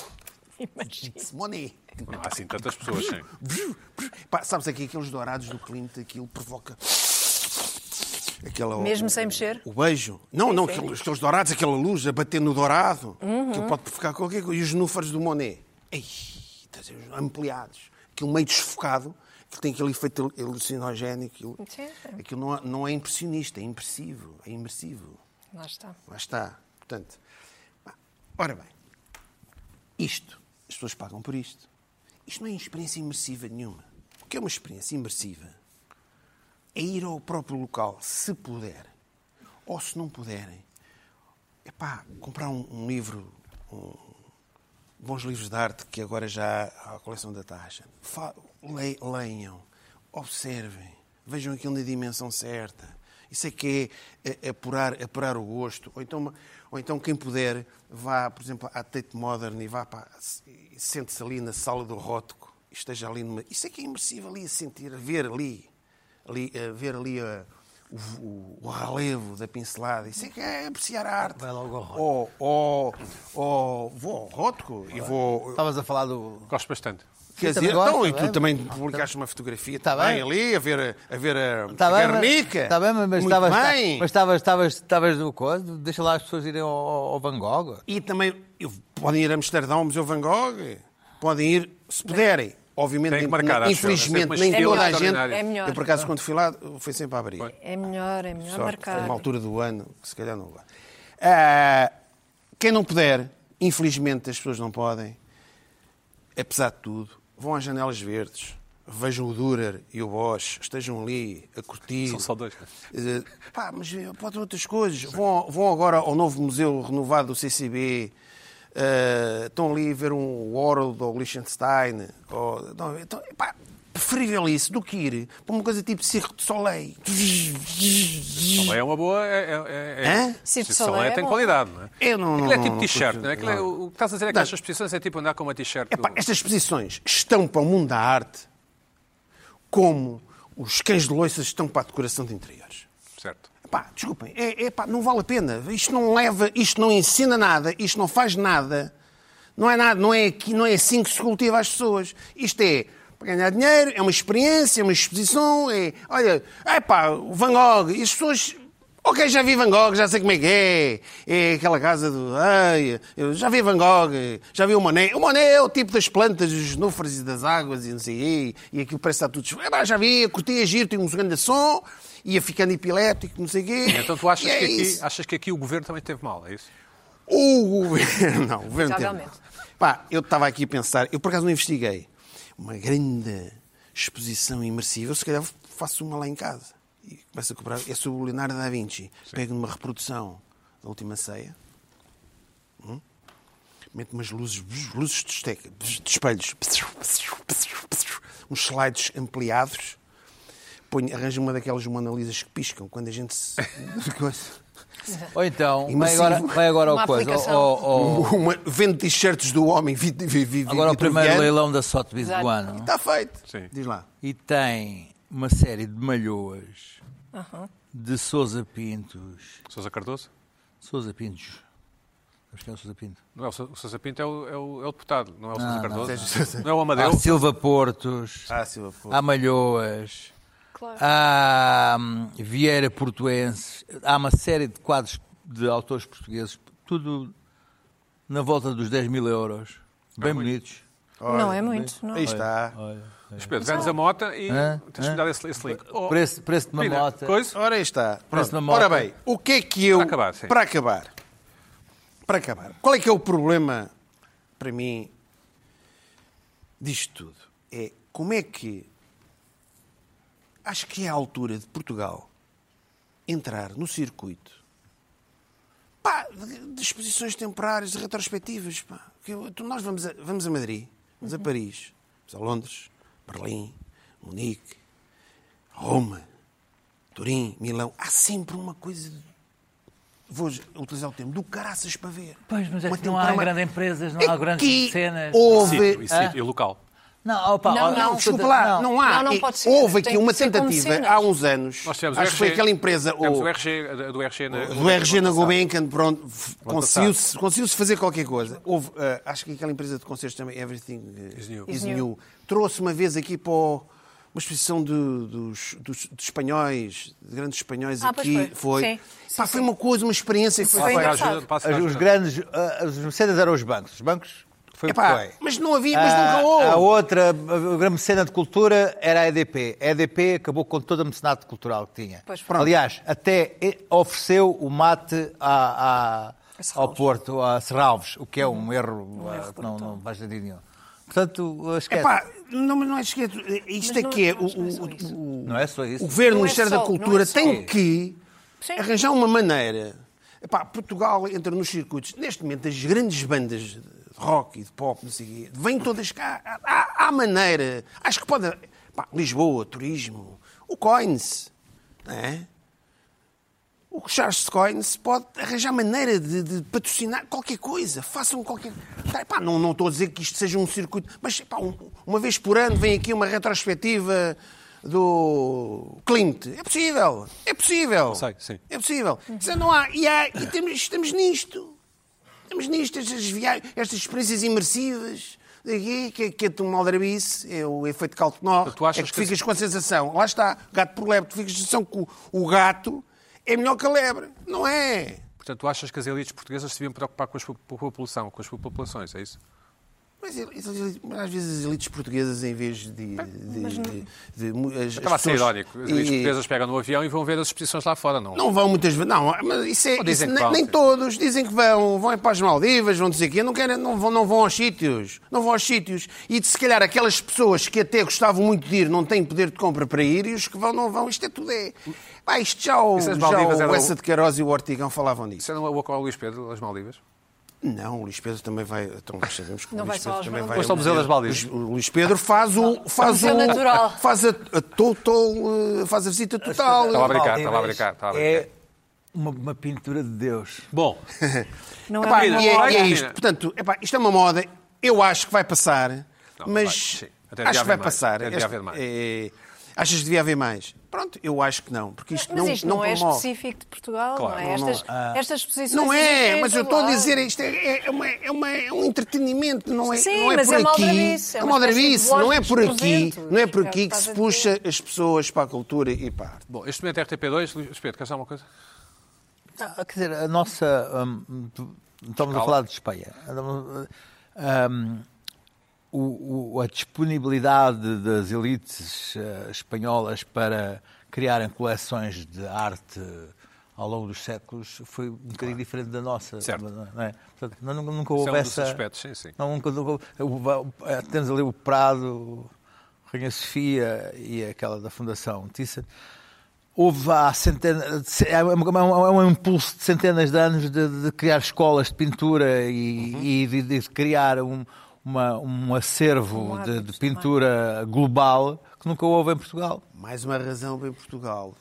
Speaker 4: Imagina.
Speaker 2: Simone.
Speaker 1: Não há assim tantas pessoas, sim.
Speaker 2: Pá, sabes aqui, aqueles dourados do Clint, aquilo provoca... Aquela,
Speaker 4: Mesmo sem mexer?
Speaker 2: O beijo. Não, não, aqueles, aqueles dourados, aquela luz a bater no dourado, que pode provocar qualquer coisa. E os núfares do Monet. Ei, estás a ver, ampliados. Aquilo meio desfocado, que tem aquele efeito alucinogénico. Aquilo,
Speaker 4: Sim, sim.
Speaker 2: aquilo não, é- não é impressionista, é impressivo. É imersivo.
Speaker 4: Lá está.
Speaker 2: Lá está. Portanto, pá, ora bem, isto, as pessoas pagam por isto. Isto não é experiência imersiva nenhuma. O que é uma experiência imersiva? É ir ao próprio local, se puder, ou se não puderem, é pá, comprar um, um livro, um- bons livros de arte que agora já há a coleção da taxa. Fa- le- Leiam, observem, vejam aquilo na dimensão certa. Isso é que é, é apurar, apurar o gosto. Ou então, ou então, quem puder, vá, por exemplo, à Tate Modern e vá para, e sente-se ali na sala do Rótico e esteja ali numa. Isso é que é imersivo ali, a sentir, a ver ali, ali a ver ali a- o, o- o relevo da pincelada. Isso é que é apreciar a arte.
Speaker 5: Vai logo ao Rótico.
Speaker 2: Ou, ou, ou vou ao Rótico e vou.
Speaker 5: Estavas a falar do.
Speaker 1: Gosto bastante.
Speaker 2: Quer
Speaker 5: Sim,
Speaker 2: dizer,
Speaker 5: também gosto,
Speaker 2: então, e
Speaker 5: tá
Speaker 2: tu
Speaker 5: bem.
Speaker 2: também publicaste uma fotografia
Speaker 5: Tá bem.
Speaker 2: também ali, a ver a, a, ver a
Speaker 5: Tá bem, mas-
Speaker 2: Guernica.
Speaker 5: Tá bem, mas
Speaker 2: Muito
Speaker 5: estavas.
Speaker 2: bem.
Speaker 5: Mas estavas- estavas estavas no coisa. Deixa lá as pessoas irem ao, ao Van Gogh.
Speaker 2: E também eu- podem ir a Amsterdão, ao Museu Van Gogh. Podem ir, se puderem. Obviamente,
Speaker 1: Tem que marcar, acho eu. É
Speaker 2: infelizmente,
Speaker 1: sempre
Speaker 2: nem
Speaker 1: uma
Speaker 2: toda a
Speaker 4: esfera
Speaker 2: gente.
Speaker 1: extraordinária.
Speaker 4: É melhor.
Speaker 2: Eu, por acaso, quando fui lá, foi sempre a abrir.
Speaker 4: É melhor, é melhor
Speaker 2: Só
Speaker 4: marcar.
Speaker 2: uma altura do ano, que se calhar não vai. Ah, quem não puder, infelizmente as pessoas não podem, apesar de tudo, vão às janelas verdes, vejam o Durer e o Bosch, estejam ali a curtir.
Speaker 1: São só dois. né?
Speaker 2: Eh, pá, mas eh, podem outras coisas. Vão, vão agora ao novo museu renovado do CCB. eh, estão ali a ver um World ou Liechtenstein. Ou, não, então, pá, Preferível isso do que ir para uma coisa tipo Cirque du Soleil.
Speaker 1: Também é uma boa. É, é, é,
Speaker 2: Hã?
Speaker 1: Cirque du
Speaker 4: Cirque du Soleil
Speaker 1: tem
Speaker 4: é bom.
Speaker 1: qualidade, não é?
Speaker 2: Eu não-
Speaker 1: Aquilo é
Speaker 2: não-
Speaker 1: tipo
Speaker 2: não
Speaker 1: t-shirt,
Speaker 2: curto.
Speaker 1: não é? Aquilo é- o que estás a dizer é que
Speaker 2: Não.
Speaker 1: estas posições é tipo andar com uma t-shirt.
Speaker 2: Epá,
Speaker 1: do-
Speaker 2: estas exposições estão para o mundo da arte como os cães de loiças estão para a decoração de interiores.
Speaker 1: Certo.
Speaker 2: Epá, desculpem, é, é, pá, não vale a pena. Isto não leva, isto não ensina nada, isto não faz nada. Não é nada, não é, aqui, não é assim que se cultiva as pessoas. Isto é para ganhar dinheiro, é uma experiência, é uma exposição, é. Olha, é pá, o Van Gogh, e as pessoas. Ok, já vi Van Gogh, já sei como é que é. É aquela casa do. Ai, eu já vi Van Gogh, já vi o Monet. O Monet é o tipo das plantas, dos núferes e das águas e não sei o quê. E aquilo parece estar tudo. É pá, já vi, curti a giro, tinha um grande som, ia ficando epilético, não sei o quê.
Speaker 1: Então tu achas,
Speaker 2: E é
Speaker 1: que aqui,
Speaker 2: isso.
Speaker 1: achas que aqui o governo também teve mal, é isso?
Speaker 2: O governo. Não, o governo teve.
Speaker 4: Provavelmente.
Speaker 2: Pá, eu estava aqui a pensar, eu por acaso não investiguei. Uma grande exposição imersiva, eu se calhar faço uma lá em casa. E começo a comprar. É sobre o Leonardo da Vinci. Pego numa reprodução da última ceia. Hum? Meto umas luzes, luzes de, esteca, de espelhos, uns slides ampliados. Ponho, arranjo uma daquelas Mona Lisas que piscam quando a gente se.
Speaker 5: Ou então, vai
Speaker 2: Imersivo.
Speaker 5: agora, vai agora ao
Speaker 4: Uma
Speaker 5: coisa.
Speaker 4: aplicação.
Speaker 5: ao- ao-
Speaker 2: Uma, vende t-shirts do homem vi, vi, vi,
Speaker 5: Oh. agora o primeiro
Speaker 2: vitruviano.
Speaker 5: leilão da Sotheby's do
Speaker 4: Exato.
Speaker 5: ano.
Speaker 2: Está feito.
Speaker 1: Sim.
Speaker 2: Diz lá.
Speaker 5: E tem uma série de malhoas de Sousa Pintos.
Speaker 1: Sousa Cardoso?
Speaker 5: Sousa Pintos. Acho que é o Sousa Pinto.
Speaker 1: Não é o, Sou- o Sousa Pinto é o, é o- é o deputado, não é o
Speaker 2: Ah,
Speaker 1: Sousa
Speaker 5: não.
Speaker 1: Cardoso?
Speaker 2: Seja-
Speaker 1: Não é o Amadeu?
Speaker 5: Há Silva Portos.
Speaker 2: Ah, Silva, pô.
Speaker 5: Há Malhoas.
Speaker 4: Claro.
Speaker 2: Ah,
Speaker 5: Há hum, Vieira Portuenses. Há uma série de quadros de autores portugueses. Tudo na volta dos 10 mil euros. Bem bonitos.
Speaker 4: não é muito. Não.
Speaker 2: Aí está.
Speaker 1: Mas Pedro, vendes a mota e
Speaker 5: Hã?
Speaker 1: tens de me dar esse, esse link. Oh,
Speaker 5: Preço, preço de uma
Speaker 1: Pina,
Speaker 5: mota.
Speaker 1: Coisa?
Speaker 2: Ora aí está.
Speaker 5: Parece
Speaker 2: Pronto.
Speaker 5: uma moto.
Speaker 2: Ora bem, o que é que eu...
Speaker 1: Para acabar, sim.
Speaker 2: Para acabar. Para acabar. Qual é que é o problema, para mim, disto tudo? É como é que... Acho que é a altura de Portugal entrar no circuito pá, de, de exposições temporárias, de retrospectivas. Pá. Que eu- tu- nós vamos a, vamos a Madrid, vamos a
Speaker 5: Uhum.
Speaker 2: Paris, vamos a Londres, Berlim, Munique, Roma, Turim, Milão. Há sempre uma coisa. de- Vou utilizar o termo do caraças para ver.
Speaker 5: Pois, mas é
Speaker 2: Uma
Speaker 5: que não há
Speaker 2: temporada-
Speaker 5: grandes empresas, não há grandes
Speaker 2: Aqui
Speaker 5: cenas.
Speaker 2: Houve. Ah,
Speaker 1: Sítio, e, sítio, e local.
Speaker 5: Não, opa,
Speaker 4: Não,
Speaker 5: olha,
Speaker 4: não,
Speaker 5: tudo-
Speaker 2: Desculpa lá, não, há.
Speaker 4: Não, não
Speaker 2: E
Speaker 4: pode ser.
Speaker 2: Houve
Speaker 4: Tem
Speaker 2: aqui
Speaker 4: que
Speaker 2: uma
Speaker 4: ser como
Speaker 2: tentativa
Speaker 4: cenas.
Speaker 2: há uns anos.
Speaker 1: Nós tivemos o
Speaker 2: acho
Speaker 1: RG,
Speaker 2: que foi aquela empresa.
Speaker 1: Tivemos
Speaker 2: o-
Speaker 1: o RG, a do RG na.
Speaker 2: do RG na é Gulbenkian, pronto,
Speaker 1: passado.
Speaker 2: conseguiu-se conseguiu fazer qualquer coisa. Houve, eh, acho que aquela empresa de concertos também, Everything eh, is New,
Speaker 1: New.
Speaker 2: trouxe uma vez aqui para o- uma exposição do- dos, dos- dos espanhóis, de grandes espanhóis
Speaker 4: Ah, pois
Speaker 2: aqui.
Speaker 4: foi. Sim.
Speaker 2: Pá, foi uma coisa, uma experiência que foi.
Speaker 4: Foi
Speaker 1: Para a
Speaker 4: engraçado.
Speaker 1: ajuda, para a
Speaker 3: As- os
Speaker 1: segurança.
Speaker 3: grandes, ah, as mecenas eram os bancos. Os bancos foi o que
Speaker 2: Epá,
Speaker 3: foi.
Speaker 2: mas não havia, mas nunca
Speaker 3: A- A
Speaker 2: houve.
Speaker 3: outra a grande mecena de cultura era a EDP. A EDP acabou com todo o mecenato cultural que tinha.
Speaker 4: Pois foi.
Speaker 3: Aliás, até e- ofereceu o mate à- à-
Speaker 4: A Serralves.
Speaker 3: ao Porto, a Serralves, o que é um erro, ah,
Speaker 4: erro
Speaker 3: que não,
Speaker 4: brutal.
Speaker 3: não faz sentido nenhum. Portanto, ah, esquece.
Speaker 2: Epá, não, mas não é esquerdo. Isto
Speaker 4: Mas não-
Speaker 2: aqui é.
Speaker 4: não,
Speaker 2: O,
Speaker 4: não é só
Speaker 2: o-
Speaker 4: isso.
Speaker 2: o-
Speaker 3: não é só isso.
Speaker 2: o governo,
Speaker 4: Não
Speaker 2: o
Speaker 4: é
Speaker 2: Ministério
Speaker 4: só-
Speaker 2: da
Speaker 4: não é
Speaker 2: Cultura,
Speaker 4: só.
Speaker 2: tem que
Speaker 4: Sim.
Speaker 2: arranjar uma maneira. Epá, Portugal entra nos circuitos. Neste momento, as grandes bandas de rock e de pop, não sei o quê, vêm todas cá. Há, há maneira. Acho que pode. Epá, Lisboa, turismo, o Coins. Não é? O Charles Coins pode arranjar maneira de, de patrocinar qualquer coisa. Façam qualquer. Tá, pá, não, não estou a dizer que isto seja um circuito, mas pá, um- uma vez por ano vem aqui uma retrospectiva do Clint. É possível. É possível.
Speaker 1: Sei, sim.
Speaker 2: É possível. Isso não há. E, há, e temos, estamos nisto. Estamos nisto, estas viagens, estas experiências imersivas. Daqui, que, que é de uma aldrabice, é o efeito Caltenor.
Speaker 1: Então, Tu achas
Speaker 2: é que
Speaker 1: que-
Speaker 2: ficas com a sensação, lá está, gato por lebre, tu ficas com a sensação que o, o gato é melhor que a lebre. Não é?
Speaker 1: Portanto, tu achas que as elites portuguesas se deviam preocupar com, as, po- po- população, com as populações, é isso?
Speaker 2: Mas, ele- ele- mas às vezes as elites portuguesas, em vez de. de, de- de mu- as- as
Speaker 1: Estava a ser
Speaker 2: pessoas-
Speaker 1: irónico. As elites
Speaker 2: e-
Speaker 1: portuguesas pegam no avião e vão ver as exposições lá fora, não?
Speaker 2: Não vão muitas vezes. Não, mas isso é.
Speaker 1: Ou dizem que
Speaker 2: isso nem,
Speaker 1: vão,
Speaker 2: nem
Speaker 1: sim.
Speaker 2: todos dizem que vão. Vão é para as Maldivas, vão dizer que não, querem, não, vão, não vão aos sítios. Não vão aos sítios. E de, se calhar aquelas pessoas que até gostavam muito de ir não têm poder de compra para ir e os que vão não vão. Isto é tudo é. Pá, isto já o,
Speaker 1: Isso as
Speaker 2: já
Speaker 1: Maldivas
Speaker 2: o
Speaker 1: era o-
Speaker 2: Essa de Queiroz e o Ortigão falavam disso.
Speaker 1: Isso não é o Luís Pedro, as Maldivas?
Speaker 2: Não, o Luís Pedro também vai. Então, nós sabemos que
Speaker 4: Não
Speaker 2: o
Speaker 4: vai
Speaker 2: Luís
Speaker 4: só
Speaker 2: Pedro
Speaker 4: aos
Speaker 2: também
Speaker 4: Valdivia.
Speaker 2: vai.
Speaker 1: Ou só ao Museu das Valdívias.
Speaker 2: O Luís Pedro faz o. Faz
Speaker 4: Museu
Speaker 2: o.
Speaker 4: Natural.
Speaker 2: Faz a, a total. eh, Faz a
Speaker 1: é
Speaker 2: visita total.
Speaker 1: Estava a brincar, estava a brincar, estava a brincar.
Speaker 5: É uma, uma pintura de Deus.
Speaker 1: Bom,
Speaker 4: Não
Speaker 2: Epá,
Speaker 4: é
Speaker 2: e
Speaker 4: uma
Speaker 2: é,
Speaker 4: moda.
Speaker 2: e é
Speaker 1: Olha.
Speaker 2: isto. Portanto, epá, isto é uma moda. Eu acho que vai passar,
Speaker 1: vai,
Speaker 2: mas
Speaker 1: sim. Até devia
Speaker 2: acho que vai
Speaker 1: haver mais.
Speaker 2: passar.
Speaker 1: Até devia
Speaker 2: Este-
Speaker 1: haver mais.
Speaker 2: é, achas que devia haver mais? Pronto, eu acho que não, porque isto
Speaker 4: Mas
Speaker 2: não,
Speaker 4: isto não, é
Speaker 2: promove.
Speaker 4: específico de Portugal,
Speaker 1: Claro,
Speaker 4: não
Speaker 1: não,
Speaker 4: é?
Speaker 2: não.
Speaker 4: estas, estas exposições.
Speaker 2: Não é,
Speaker 4: existem
Speaker 2: mas eu
Speaker 4: em
Speaker 2: estou
Speaker 4: todo
Speaker 2: a
Speaker 4: lado.
Speaker 2: dizer, isto é, é uma- é uma- é um entretenimento, não é,
Speaker 4: Sim,
Speaker 2: não é
Speaker 4: mas
Speaker 2: por
Speaker 4: é uma
Speaker 2: aqui.
Speaker 4: aldrabice, é
Speaker 2: É
Speaker 4: uma
Speaker 2: uma
Speaker 4: espécie
Speaker 2: aldrabice,
Speaker 4: de
Speaker 2: não é
Speaker 4: lógica
Speaker 2: por
Speaker 4: dos
Speaker 2: aqui,
Speaker 4: trezentos,
Speaker 2: não é por
Speaker 4: é o
Speaker 2: aqui
Speaker 4: que
Speaker 2: que se
Speaker 4: estás a dizer.
Speaker 2: puxa as pessoas para a cultura e para.
Speaker 1: bom, este momento é RTP2. Luís Pedro, queres dizer alguma coisa?
Speaker 5: Ah, Quer dizer, a nossa. hum, tu- estamos a falar de Espanha. Andamos, hum, o- o- a disponibilidade das elites eh, espanholas para criarem coleções de arte ao longo dos séculos foi um bocadinho diferente da nossa.
Speaker 1: Certo.
Speaker 5: não é? Portanto, não- nunca, nunca
Speaker 1: Isso é
Speaker 5: houve
Speaker 1: um dos
Speaker 5: essa.
Speaker 1: aspectos, sim, sim.
Speaker 5: Não, nunca- nunca- o- eh, temos ali o Prado, Rainha Sofia e aquela da Fundação Thyssen. Houve há centenas, é um, é um impulso de centenas de anos de, de criar escolas de pintura e, e de, de criar um, uma- um acervo
Speaker 4: Um
Speaker 5: de, de
Speaker 4: hábito
Speaker 5: pintura global que nunca houve em Portugal.
Speaker 2: Mais uma razão para em Portugal.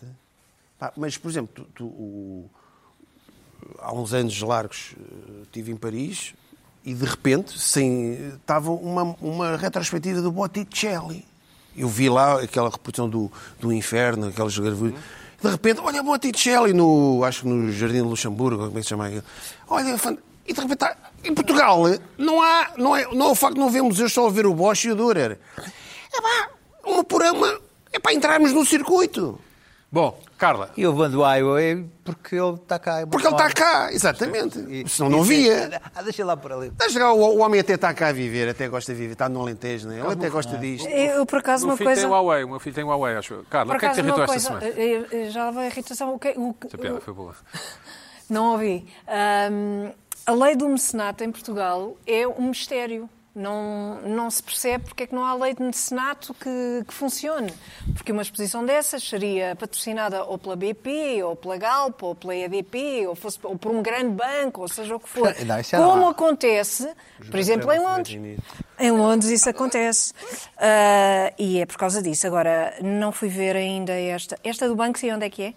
Speaker 2: Pá, mas, por exemplo, tu- tu, o- há uns anos largos eh, estive em Paris e, de repente, sem- estava uma, uma retrospectiva do Botticelli. Eu vi lá aquela reprodução do, do inferno, aquelas gravuras. De repente, olha Botticelli no, acho que no Jardim de Luxemburgo, como é que se chama aquilo. Olha, é fan- e de repente, está- em Portugal, não há, não é, não é o facto de não ver museus, só ver o Bosch e o Dürer. É pá, uma por uma, é para entrarmos no circuito.
Speaker 1: Bom, Carla,
Speaker 5: E houve do Highway porque ele está cá. é em
Speaker 2: Porque ele
Speaker 5: Portugal.
Speaker 2: está cá, exatamente.
Speaker 5: E-
Speaker 2: Senão não
Speaker 5: e-
Speaker 2: via.
Speaker 5: Ah, deixa lá por ali.
Speaker 2: Mas já Tá o, o homem até está cá a viver, até gosta de viver, está no Alentejo, não é?
Speaker 4: Tá
Speaker 2: Ele até gosta disto.
Speaker 4: Eu, por
Speaker 1: o
Speaker 4: acaso,
Speaker 1: meu
Speaker 4: uma
Speaker 1: filho tem
Speaker 4: coisa.
Speaker 1: Huawei, o meu filho tem Huawei, acho eu. Carla,
Speaker 4: Por
Speaker 1: o que é que te
Speaker 4: acaso, uma
Speaker 1: irritou esta
Speaker 4: coisa.
Speaker 1: semana?
Speaker 4: eh, eh, Já leva a irritação. O que, é, o, que-
Speaker 1: Essa piada foi boa.
Speaker 4: Não ouvi. Ahm, a lei do mecenato em Portugal é um mistério. Não, não se percebe porque é que não há lei de mecenato que, que funcione. Porque uma exposição dessas seria patrocinada ou pela BP, ou pela Galp, ou pela EDP, ou, fosse, ou por um grande banco, ou seja o que for.
Speaker 5: Não, isso é
Speaker 4: Como
Speaker 5: lá.
Speaker 4: acontece, por exemplo, em Londres. Em Londres isso acontece. Ah, e é por causa disso. Agora, não fui ver ainda esta. Esta do banco, sei onde é que é?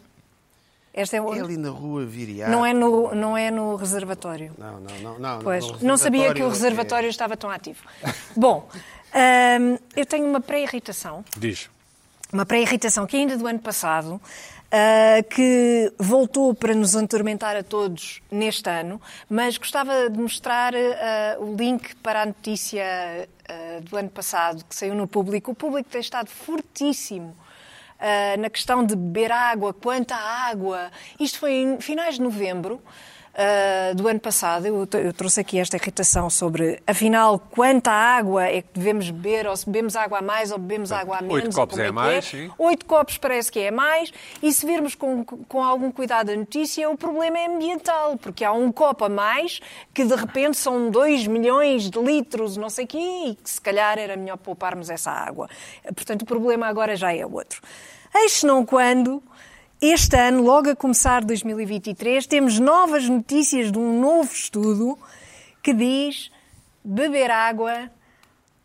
Speaker 4: Esta é
Speaker 2: É
Speaker 4: onde?
Speaker 2: ali na rua Viriato.
Speaker 4: Não é no, não é no reservatório.
Speaker 2: Ah. Não, não, não. não é
Speaker 4: Pois,
Speaker 2: no
Speaker 4: não sabia que o
Speaker 2: é-
Speaker 4: reservatório estava tão ativo. Bom, hum, eu tenho uma pré-irritação,
Speaker 1: Diz.
Speaker 4: uma pré-irritação que ainda do ano passado, ah, que voltou para nos atormentar a todos neste ano, mas gostava de mostrar ah, o link para a notícia ah, do ano passado que saiu no público. O público tem estado fortíssimo. ah, na questão de beber água, quanta água. Isto foi em finais de novembro. Uh, do ano passado, eu, t- eu trouxe aqui esta irritação sobre, afinal, quanta água é que devemos beber, ou se bebemos água a mais ou bebemos água a menos.
Speaker 1: oito
Speaker 4: ou
Speaker 1: copos
Speaker 4: como
Speaker 1: é
Speaker 4: que
Speaker 1: mais, sim.
Speaker 4: Oito copos parece que é mais, e se virmos com, com algum cuidado a notícia, o problema é ambiental, porque há um copo a mais que de repente são 2 milhões de litros, não sei o quê, e que se calhar era melhor pouparmos essa água. Portanto, o problema agora já é outro. Eis não quando. Este ano, logo a começar 2023, temos novas notícias de um novo estudo que diz beber água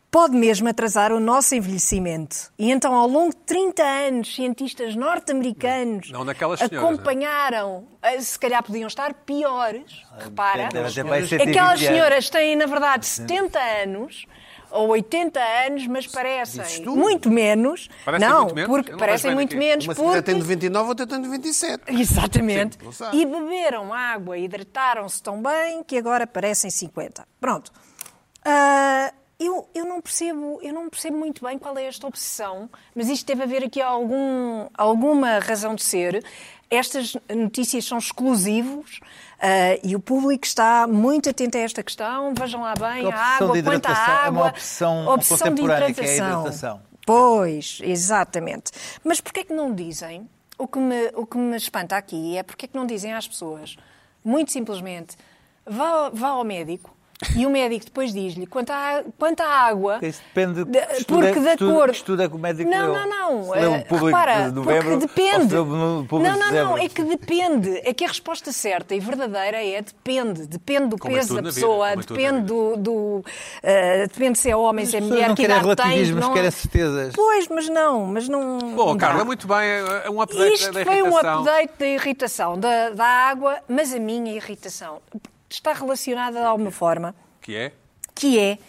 Speaker 4: pode mesmo atrasar o nosso envelhecimento. E então, ao longo de 30 anos, cientistas norte-americanos
Speaker 1: Não, é? não naquelas senhoras,
Speaker 4: acompanharam, eh, se calhar podiam estar piores, repara.
Speaker 3: Ah, deve ter mais de 120
Speaker 4: Aquelas
Speaker 3: anos.
Speaker 4: senhoras têm, na verdade, 70 anos ou 80 anos, mas parecem muito menos.
Speaker 1: Parecem
Speaker 4: não,
Speaker 1: muito menos? Eu
Speaker 4: porque
Speaker 1: não vejo
Speaker 4: parecem
Speaker 1: bem
Speaker 4: muito
Speaker 1: daqui.
Speaker 4: menos
Speaker 2: Uma senhora
Speaker 4: porque
Speaker 2: tem 99, outra tem 97.
Speaker 4: Exatamente.
Speaker 2: Sim, não sabe.
Speaker 4: e beberam água, hidrataram-se tão bem que agora parecem 50. Pronto. Ah, eu, eu, não percebo, eu não percebo muito bem qual é esta obsessão, mas isto deve haver aqui algum, alguma razão de ser. Estas notícias são exclusivos ah, e o público está muito atento a esta questão. Vejam lá bem
Speaker 5: Que
Speaker 4: a água,
Speaker 5: obsessão de
Speaker 4: quanta
Speaker 5: hidratação,
Speaker 4: água.
Speaker 5: é uma obsessão contemporânea que é a
Speaker 4: hidratação.
Speaker 5: hidratação.
Speaker 4: Pois, exatamente. Mas porquê é que não dizem? O que, me, o que me espanta aqui é porquê é que não dizem às pessoas, muito simplesmente, vá, vá ao médico, E o médico depois diz-lhe, quanto, à- quanto à água...
Speaker 3: Isso depende
Speaker 4: de-
Speaker 3: que estuda-
Speaker 4: porque de
Speaker 3: estuda-
Speaker 4: acordo...
Speaker 3: que estuda com o médico
Speaker 4: Não,
Speaker 3: dele.
Speaker 4: não, não.
Speaker 3: Se lê um
Speaker 4: eh,
Speaker 3: público
Speaker 4: repara,
Speaker 3: de novembro
Speaker 4: porque depende.
Speaker 3: ou se lê um público
Speaker 4: não, não,
Speaker 3: de
Speaker 4: não.
Speaker 3: dezembro.
Speaker 4: É que depende. É que a resposta certa e verdadeira é depende. Depende do
Speaker 1: Como em
Speaker 4: peso
Speaker 1: tudo
Speaker 4: da
Speaker 1: na vida,
Speaker 4: pessoa,
Speaker 1: como em tudo na
Speaker 4: depende
Speaker 1: vida.
Speaker 4: do... do, eh, depende se é homem, se é
Speaker 3: pessoas
Speaker 4: mulher,
Speaker 3: não
Speaker 4: que
Speaker 3: querem
Speaker 4: idade tem.
Speaker 3: relativismos,
Speaker 4: não- é?
Speaker 3: querem certezas.
Speaker 4: Pois, mas não. Mas não
Speaker 1: Bom,
Speaker 4: não dá.
Speaker 1: Carla, muito bem, é é um update
Speaker 4: Isto
Speaker 1: da
Speaker 4: foi um
Speaker 1: irritação.
Speaker 4: update da irritação, da, da água, mas a minha irritação está relacionada de alguma forma,
Speaker 1: Que é?
Speaker 4: que é,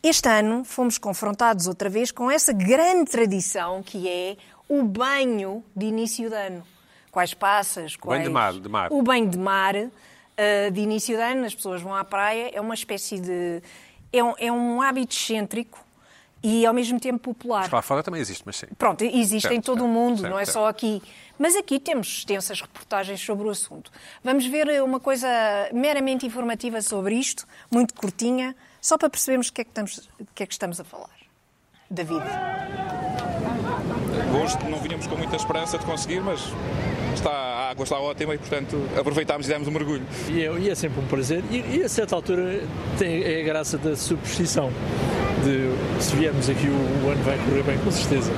Speaker 4: este ano fomos confrontados outra vez com essa grande tradição que é o banho de início de ano. Quais passas, quais...
Speaker 1: banho de mar, de mar.
Speaker 4: O banho de mar eh, de início de ano, as pessoas vão à praia, é uma espécie de... É um, é um hábito excêntrico e ao mesmo tempo popular.
Speaker 1: Lá fora também existe, mas sim.
Speaker 4: Pronto, existe
Speaker 1: Certo,
Speaker 4: em todo
Speaker 1: certo,
Speaker 4: o mundo,
Speaker 1: certo,
Speaker 4: não é
Speaker 1: certo.
Speaker 4: só aqui. Mas aqui temos extensas reportagens sobre o assunto. Vamos ver eh, uma coisa meramente informativa sobre isto, muito curtinha, só para percebermos o que é que estamos, o que é que estamos a falar. David.
Speaker 6: gosto, não vínhamos com muita esperança de conseguir, mas está, a água está ótima e, portanto, aproveitámos e demos um mergulho.
Speaker 7: E é, e é sempre um prazer. E, e a certa altura tem, é a graça da superstição. De se viermos aqui, o, o ano vai correr bem, com certeza.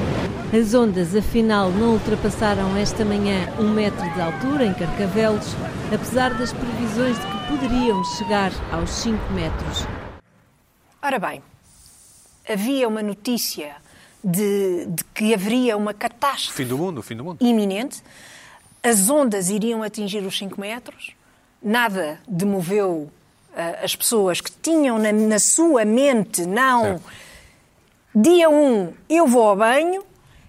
Speaker 8: As ondas, afinal, não ultrapassaram esta manhã um metro de altura em Carcavelos, apesar das previsões de que poderiam chegar aos 5 metros.
Speaker 4: Ora bem, havia uma notícia de, de que haveria uma catástrofe
Speaker 1: Fim do mundo, fim do mundo.
Speaker 4: iminente. As ondas iriam atingir os 5 metros. Nada demoveu ah, as pessoas que tinham na, na sua mente, não. Dia 1, um, eu vou ao banho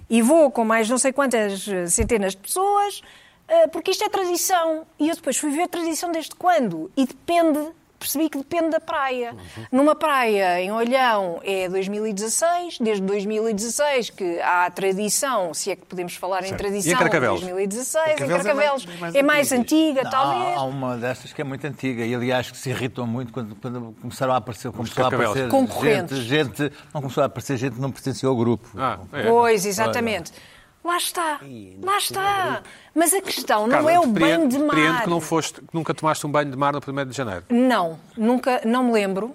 Speaker 4: e vou com mais não sei quantas eh, centenas de pessoas, ah, porque isto é tradição. E eu depois fui ver tradição desde quando. E depende, percebi que depende da praia. Numa praia em Olhão é 2016, desde 2016 que há a tradição, se é que podemos falar em tradição,
Speaker 1: Carcavelos?
Speaker 4: 2016,
Speaker 2: Carcavelos
Speaker 4: em
Speaker 2: é
Speaker 4: Carcavelos. É
Speaker 2: mais-
Speaker 4: mais,
Speaker 2: é mais
Speaker 4: antiga,
Speaker 5: Não,
Speaker 4: talvez.
Speaker 5: há há
Speaker 3: um-
Speaker 5: uma destas que é muito antiga e aliás que se irritam muito quando, quando começaram a aparecer, começou a
Speaker 1: carcavelos.
Speaker 5: aparecer
Speaker 4: Concorrentes.
Speaker 5: gente, gente, não começou a aparecer gente que não pertencia ao grupo.
Speaker 1: Ah, é.
Speaker 4: Pois, exatamente. Lá está, lá está. Mas a questão não é o banho de mar.
Speaker 1: Compreendo que não foste, que nunca tomaste um banho de mar no 1 de janeiro.
Speaker 4: Não, nunca, não me lembro.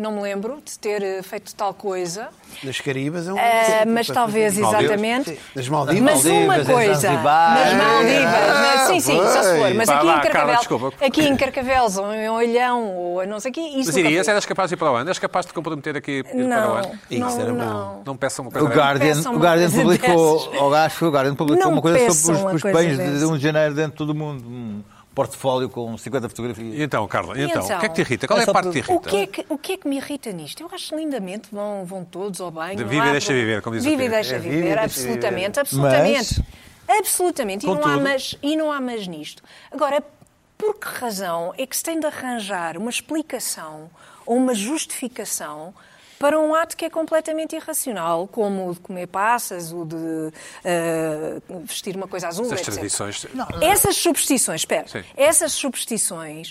Speaker 4: Não me lembro de ter eh, feito tal coisa.
Speaker 2: Nas Caribas é um.
Speaker 4: Ah, mas talvez,
Speaker 2: Maldivas.
Speaker 4: exatamente.
Speaker 2: Nas Maldivas.
Speaker 4: Mas uma
Speaker 5: Maldivas, em
Speaker 4: coisa,
Speaker 5: Zanzibar.
Speaker 4: nas Maldivas,
Speaker 2: Ah,
Speaker 4: né? sim, sim, só se for, mas
Speaker 1: Vá
Speaker 4: aqui
Speaker 1: lá,
Speaker 4: em
Speaker 1: Carla,
Speaker 4: Carcavelos,
Speaker 1: desculpa.
Speaker 4: aqui em Carcavelos, ou em Olhão, ou não sei o quê, isso
Speaker 1: Mas
Speaker 4: nunca
Speaker 1: irias,
Speaker 4: fui.
Speaker 1: eras capaz de ir para o ano? Eras capaz de comprometer aqui ir para o
Speaker 4: Não,
Speaker 1: ano?
Speaker 2: Isso era
Speaker 4: não,
Speaker 2: bom.
Speaker 4: não.
Speaker 1: Não peçam uma coisa
Speaker 5: O
Speaker 1: dessas.
Speaker 5: Guardian,
Speaker 4: peçam
Speaker 5: o Guardian
Speaker 4: uma coisa
Speaker 5: publicou,
Speaker 4: dessas.
Speaker 5: o gajo, o Guardian publicou
Speaker 4: Não
Speaker 5: uma coisa
Speaker 4: peçam
Speaker 5: sobre
Speaker 4: uma
Speaker 5: os, os
Speaker 4: coisa
Speaker 5: bens de
Speaker 3: um
Speaker 4: dessas.
Speaker 5: 1 de janeiro dentro de todo o mundo. Um portfólio com 50 fotografias.
Speaker 1: E então, Carla, e
Speaker 4: E
Speaker 1: então, o que é que te irrita? Qual é a
Speaker 5: só
Speaker 1: parte que te
Speaker 5: por-
Speaker 1: irrita?
Speaker 4: O que, é que, o que é que me irrita nisto? Eu acho lindamente, vão, vão todos ao banho.
Speaker 1: De
Speaker 4: não
Speaker 1: vive e
Speaker 4: há
Speaker 1: deixa
Speaker 4: problema.
Speaker 1: viver, como diz o
Speaker 4: Vive e
Speaker 1: Pedro.
Speaker 4: deixa
Speaker 5: É, vive e
Speaker 4: viver,
Speaker 5: deixa
Speaker 4: absolutamente,
Speaker 5: viver.
Speaker 4: absolutamente. Absolutamente. E não, há
Speaker 1: Contudo-
Speaker 4: mas, e não há mas nisto. Agora, por que razão é que se tem de arranjar uma explicação ou uma justificação para um ato que é completamente irracional, como o de comer passas, o de eh, vestir uma coisa azul,
Speaker 1: Essas
Speaker 4: etc.
Speaker 1: tradições.
Speaker 4: Essas superstições, espera,
Speaker 1: Sim.
Speaker 4: essas superstições,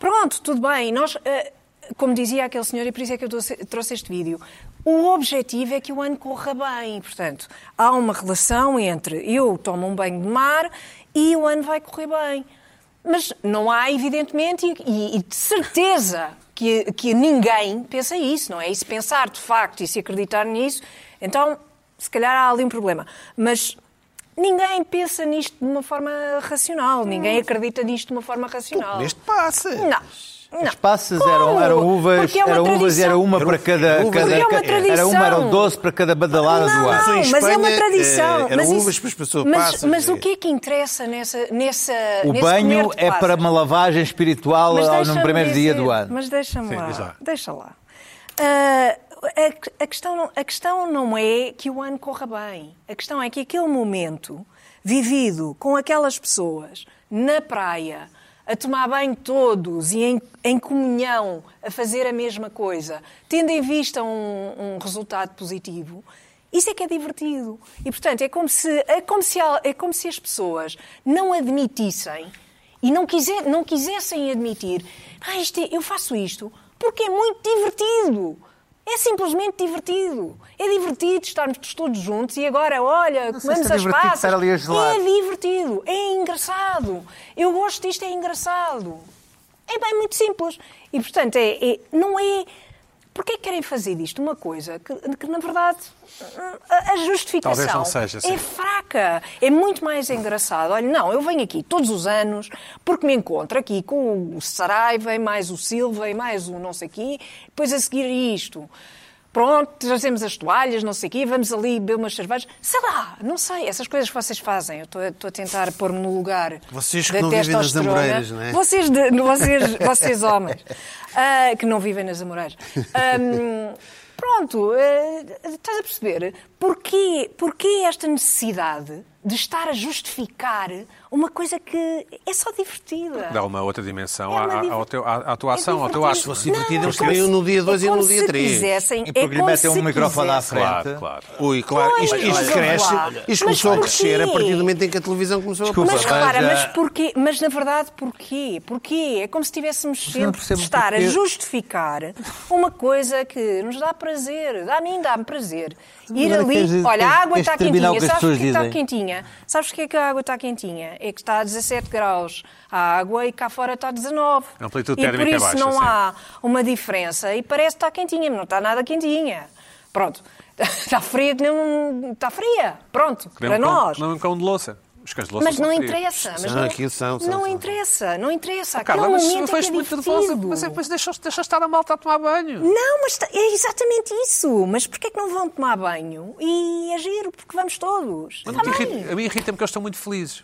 Speaker 4: pronto, tudo bem, nós, eh, como dizia aquele senhor, e por isso é que eu trouxe- trouxe este vídeo, o objetivo é que o ano corra bem, portanto, há uma relação entre eu tomo um banho de mar e o ano vai correr bem. Mas não há, evidentemente, e, e- e de certeza que, que ninguém pensa isso, não é? E se pensar de facto e se acreditar nisso, então se calhar há ali um problema. Mas Ninguém pensa nisto de uma forma racional, ninguém acredita nisto de uma forma racional.
Speaker 2: Neste passa.
Speaker 4: Não, não.
Speaker 3: As passas
Speaker 4: Como?
Speaker 3: eram, eram uvas,
Speaker 4: Porque é uma
Speaker 3: eram uvas e era um
Speaker 4: tradição.
Speaker 3: uma para cada.
Speaker 2: Uvas,
Speaker 3: cada
Speaker 2: é uma
Speaker 3: era uma, eram
Speaker 4: tradição.
Speaker 3: 12 para cada badalada
Speaker 4: Não,
Speaker 3: do ar.
Speaker 4: não,
Speaker 2: Em
Speaker 4: mas é uma
Speaker 2: Espanha,
Speaker 4: tradição.
Speaker 2: eh, eram
Speaker 4: mas, isso-
Speaker 2: uvas, depois passou a
Speaker 4: mas,
Speaker 2: passas,
Speaker 4: mas
Speaker 2: eh.
Speaker 4: o que é que interessa nessa, nessa
Speaker 3: O
Speaker 4: nesse
Speaker 3: banho
Speaker 4: comer de
Speaker 3: é para
Speaker 4: passas?
Speaker 3: uma lavagem espiritual
Speaker 4: Mas
Speaker 3: ao- no
Speaker 4: deixa-me
Speaker 3: primeiro dia
Speaker 4: dizer,
Speaker 3: do ano.
Speaker 4: Mas deixa-me
Speaker 1: Sim,
Speaker 4: lá.
Speaker 1: diz lá.
Speaker 4: Deixa lá. Ah, a, a questão, não- a questão não é que o ano corra bem. A questão é que aquele momento vivido com aquelas pessoas na praia, a tomar banho todos e em, em comunhão, a fazer a mesma coisa, tendo em vista um, um resultado positivo, isso é que é divertido. E, portanto, é como se, é como se, al- é como se as pessoas não admitissem e não, quiser, não quisessem admitir, ah, isto é- eu faço isto porque é muito divertido. É simplesmente divertido. É divertido estarmos todos juntos e agora, olha,
Speaker 3: Não sei se
Speaker 4: comemos
Speaker 3: é
Speaker 4: as
Speaker 3: divertido
Speaker 4: passas.
Speaker 3: estar ali a gelar.
Speaker 4: É divertido, é engraçado. Eu gosto disto, é engraçado. É bem muito simples. E, portanto, é, é- não é. Porquê que querem fazer disto uma coisa que, que, na verdade, a a justificação
Speaker 1: Talvez não seja,
Speaker 3: assim.
Speaker 1: sim.
Speaker 4: é fraca. É muito mais engraçado. Olha, não, eu venho aqui todos os anos porque me encontro aqui com o Saraiva e mais o Silva e mais o não sei quê, depois a seguir isto. Pronto, trazemos as toalhas, não sei o quê, vamos ali beber umas cervejas. Sei lá, não sei, essas coisas que vocês fazem. Eu estou a- estou a tentar pôr-me no lugar
Speaker 2: Vocês que
Speaker 4: da
Speaker 2: não vivem nas
Speaker 4: testosterona.
Speaker 2: Amoreiras, não é?
Speaker 4: Vocês, de- vocês, vocês homens, ah, que não vivem nas Amoreiras. Ahm, pronto, ah, estás a perceber? Porquê, porquê esta necessidade de estar a justificar uma coisa que é só divertida?
Speaker 1: Dá uma outra dimensão
Speaker 4: É uma
Speaker 1: à- à- ao
Speaker 4: diver-
Speaker 1: teu- à- à tua
Speaker 4: é
Speaker 1: ação, ao teu
Speaker 4: divertido.
Speaker 1: ato.
Speaker 2: Se fosse divertido,
Speaker 4: Não,
Speaker 2: eles
Speaker 4: é como
Speaker 2: teriam no dia
Speaker 4: se-
Speaker 2: dois e
Speaker 4: é
Speaker 2: no
Speaker 4: como
Speaker 2: dia
Speaker 4: se
Speaker 2: três.
Speaker 4: quisessem,
Speaker 3: E
Speaker 4: é
Speaker 3: porque lhe
Speaker 4: como
Speaker 3: metem
Speaker 4: se
Speaker 3: um microfone à
Speaker 4: quisessem.
Speaker 1: Claro,
Speaker 3: frente.
Speaker 1: claro.
Speaker 2: Ui, claro,
Speaker 4: Pois,
Speaker 2: isto, isto
Speaker 4: mas
Speaker 2: cresce.
Speaker 4: repara.
Speaker 2: Isto
Speaker 4: Mas
Speaker 2: começou a
Speaker 4: porquê?
Speaker 2: crescer a partir do momento em que a televisão começou
Speaker 3: Desculpa,
Speaker 2: a
Speaker 4: Mas repara,
Speaker 3: mas,
Speaker 4: mas
Speaker 3: ah,
Speaker 4: porquê? Mas na verdade, porquê? Porquê? É como se tivéssemos
Speaker 3: não
Speaker 4: sempre de
Speaker 3: percebo
Speaker 4: estar
Speaker 3: porquê.
Speaker 4: a justificar uma coisa que nos dá prazer. A mim dá-me prazer. Ir
Speaker 3: Agora
Speaker 4: ali,
Speaker 3: queres dizer-
Speaker 4: olha, a água
Speaker 3: queres
Speaker 4: está
Speaker 3: terminar o que
Speaker 4: quentinha.
Speaker 3: as
Speaker 4: Sabes
Speaker 3: pessoas
Speaker 4: porquê está
Speaker 3: dizem?
Speaker 4: quentinha? Sabes porquê que a água está quentinha? É que está a 17 graus a água e cá fora está a 19.
Speaker 1: A amplitude
Speaker 4: e por
Speaker 1: térmica é
Speaker 4: isso
Speaker 1: baixa,
Speaker 4: não
Speaker 1: sim.
Speaker 4: há uma diferença e parece que está quentinha, mas não está nada quentinha. Pronto. Está fria que nem um... Está fria. Pronto.
Speaker 1: Que nem
Speaker 4: Para
Speaker 1: um cão-
Speaker 4: nós.
Speaker 1: Não é um cão de louça. Os cães de louça
Speaker 4: Mas
Speaker 1: são
Speaker 4: não
Speaker 1: frios.
Speaker 4: interessa. Mas
Speaker 2: São,
Speaker 4: não,
Speaker 2: aquilo são, são,
Speaker 4: não
Speaker 2: são.
Speaker 4: interessa, não interessa. Aquele
Speaker 1: Ah, Carla, mas
Speaker 4: momento é que
Speaker 1: foste
Speaker 4: é
Speaker 1: muito nervosa.
Speaker 4: divertido.
Speaker 1: Mas, é- mas deixa, deixa estar a malta a tomar banho.
Speaker 4: Não, mas tá- é exatamente isso. Mas porquê é que não vão tomar banho e agir? Porque vamos todos.
Speaker 1: Mas
Speaker 4: Tá
Speaker 1: não te
Speaker 4: bem.
Speaker 1: irrita- a mim irrita-me que eles estão muito felizes.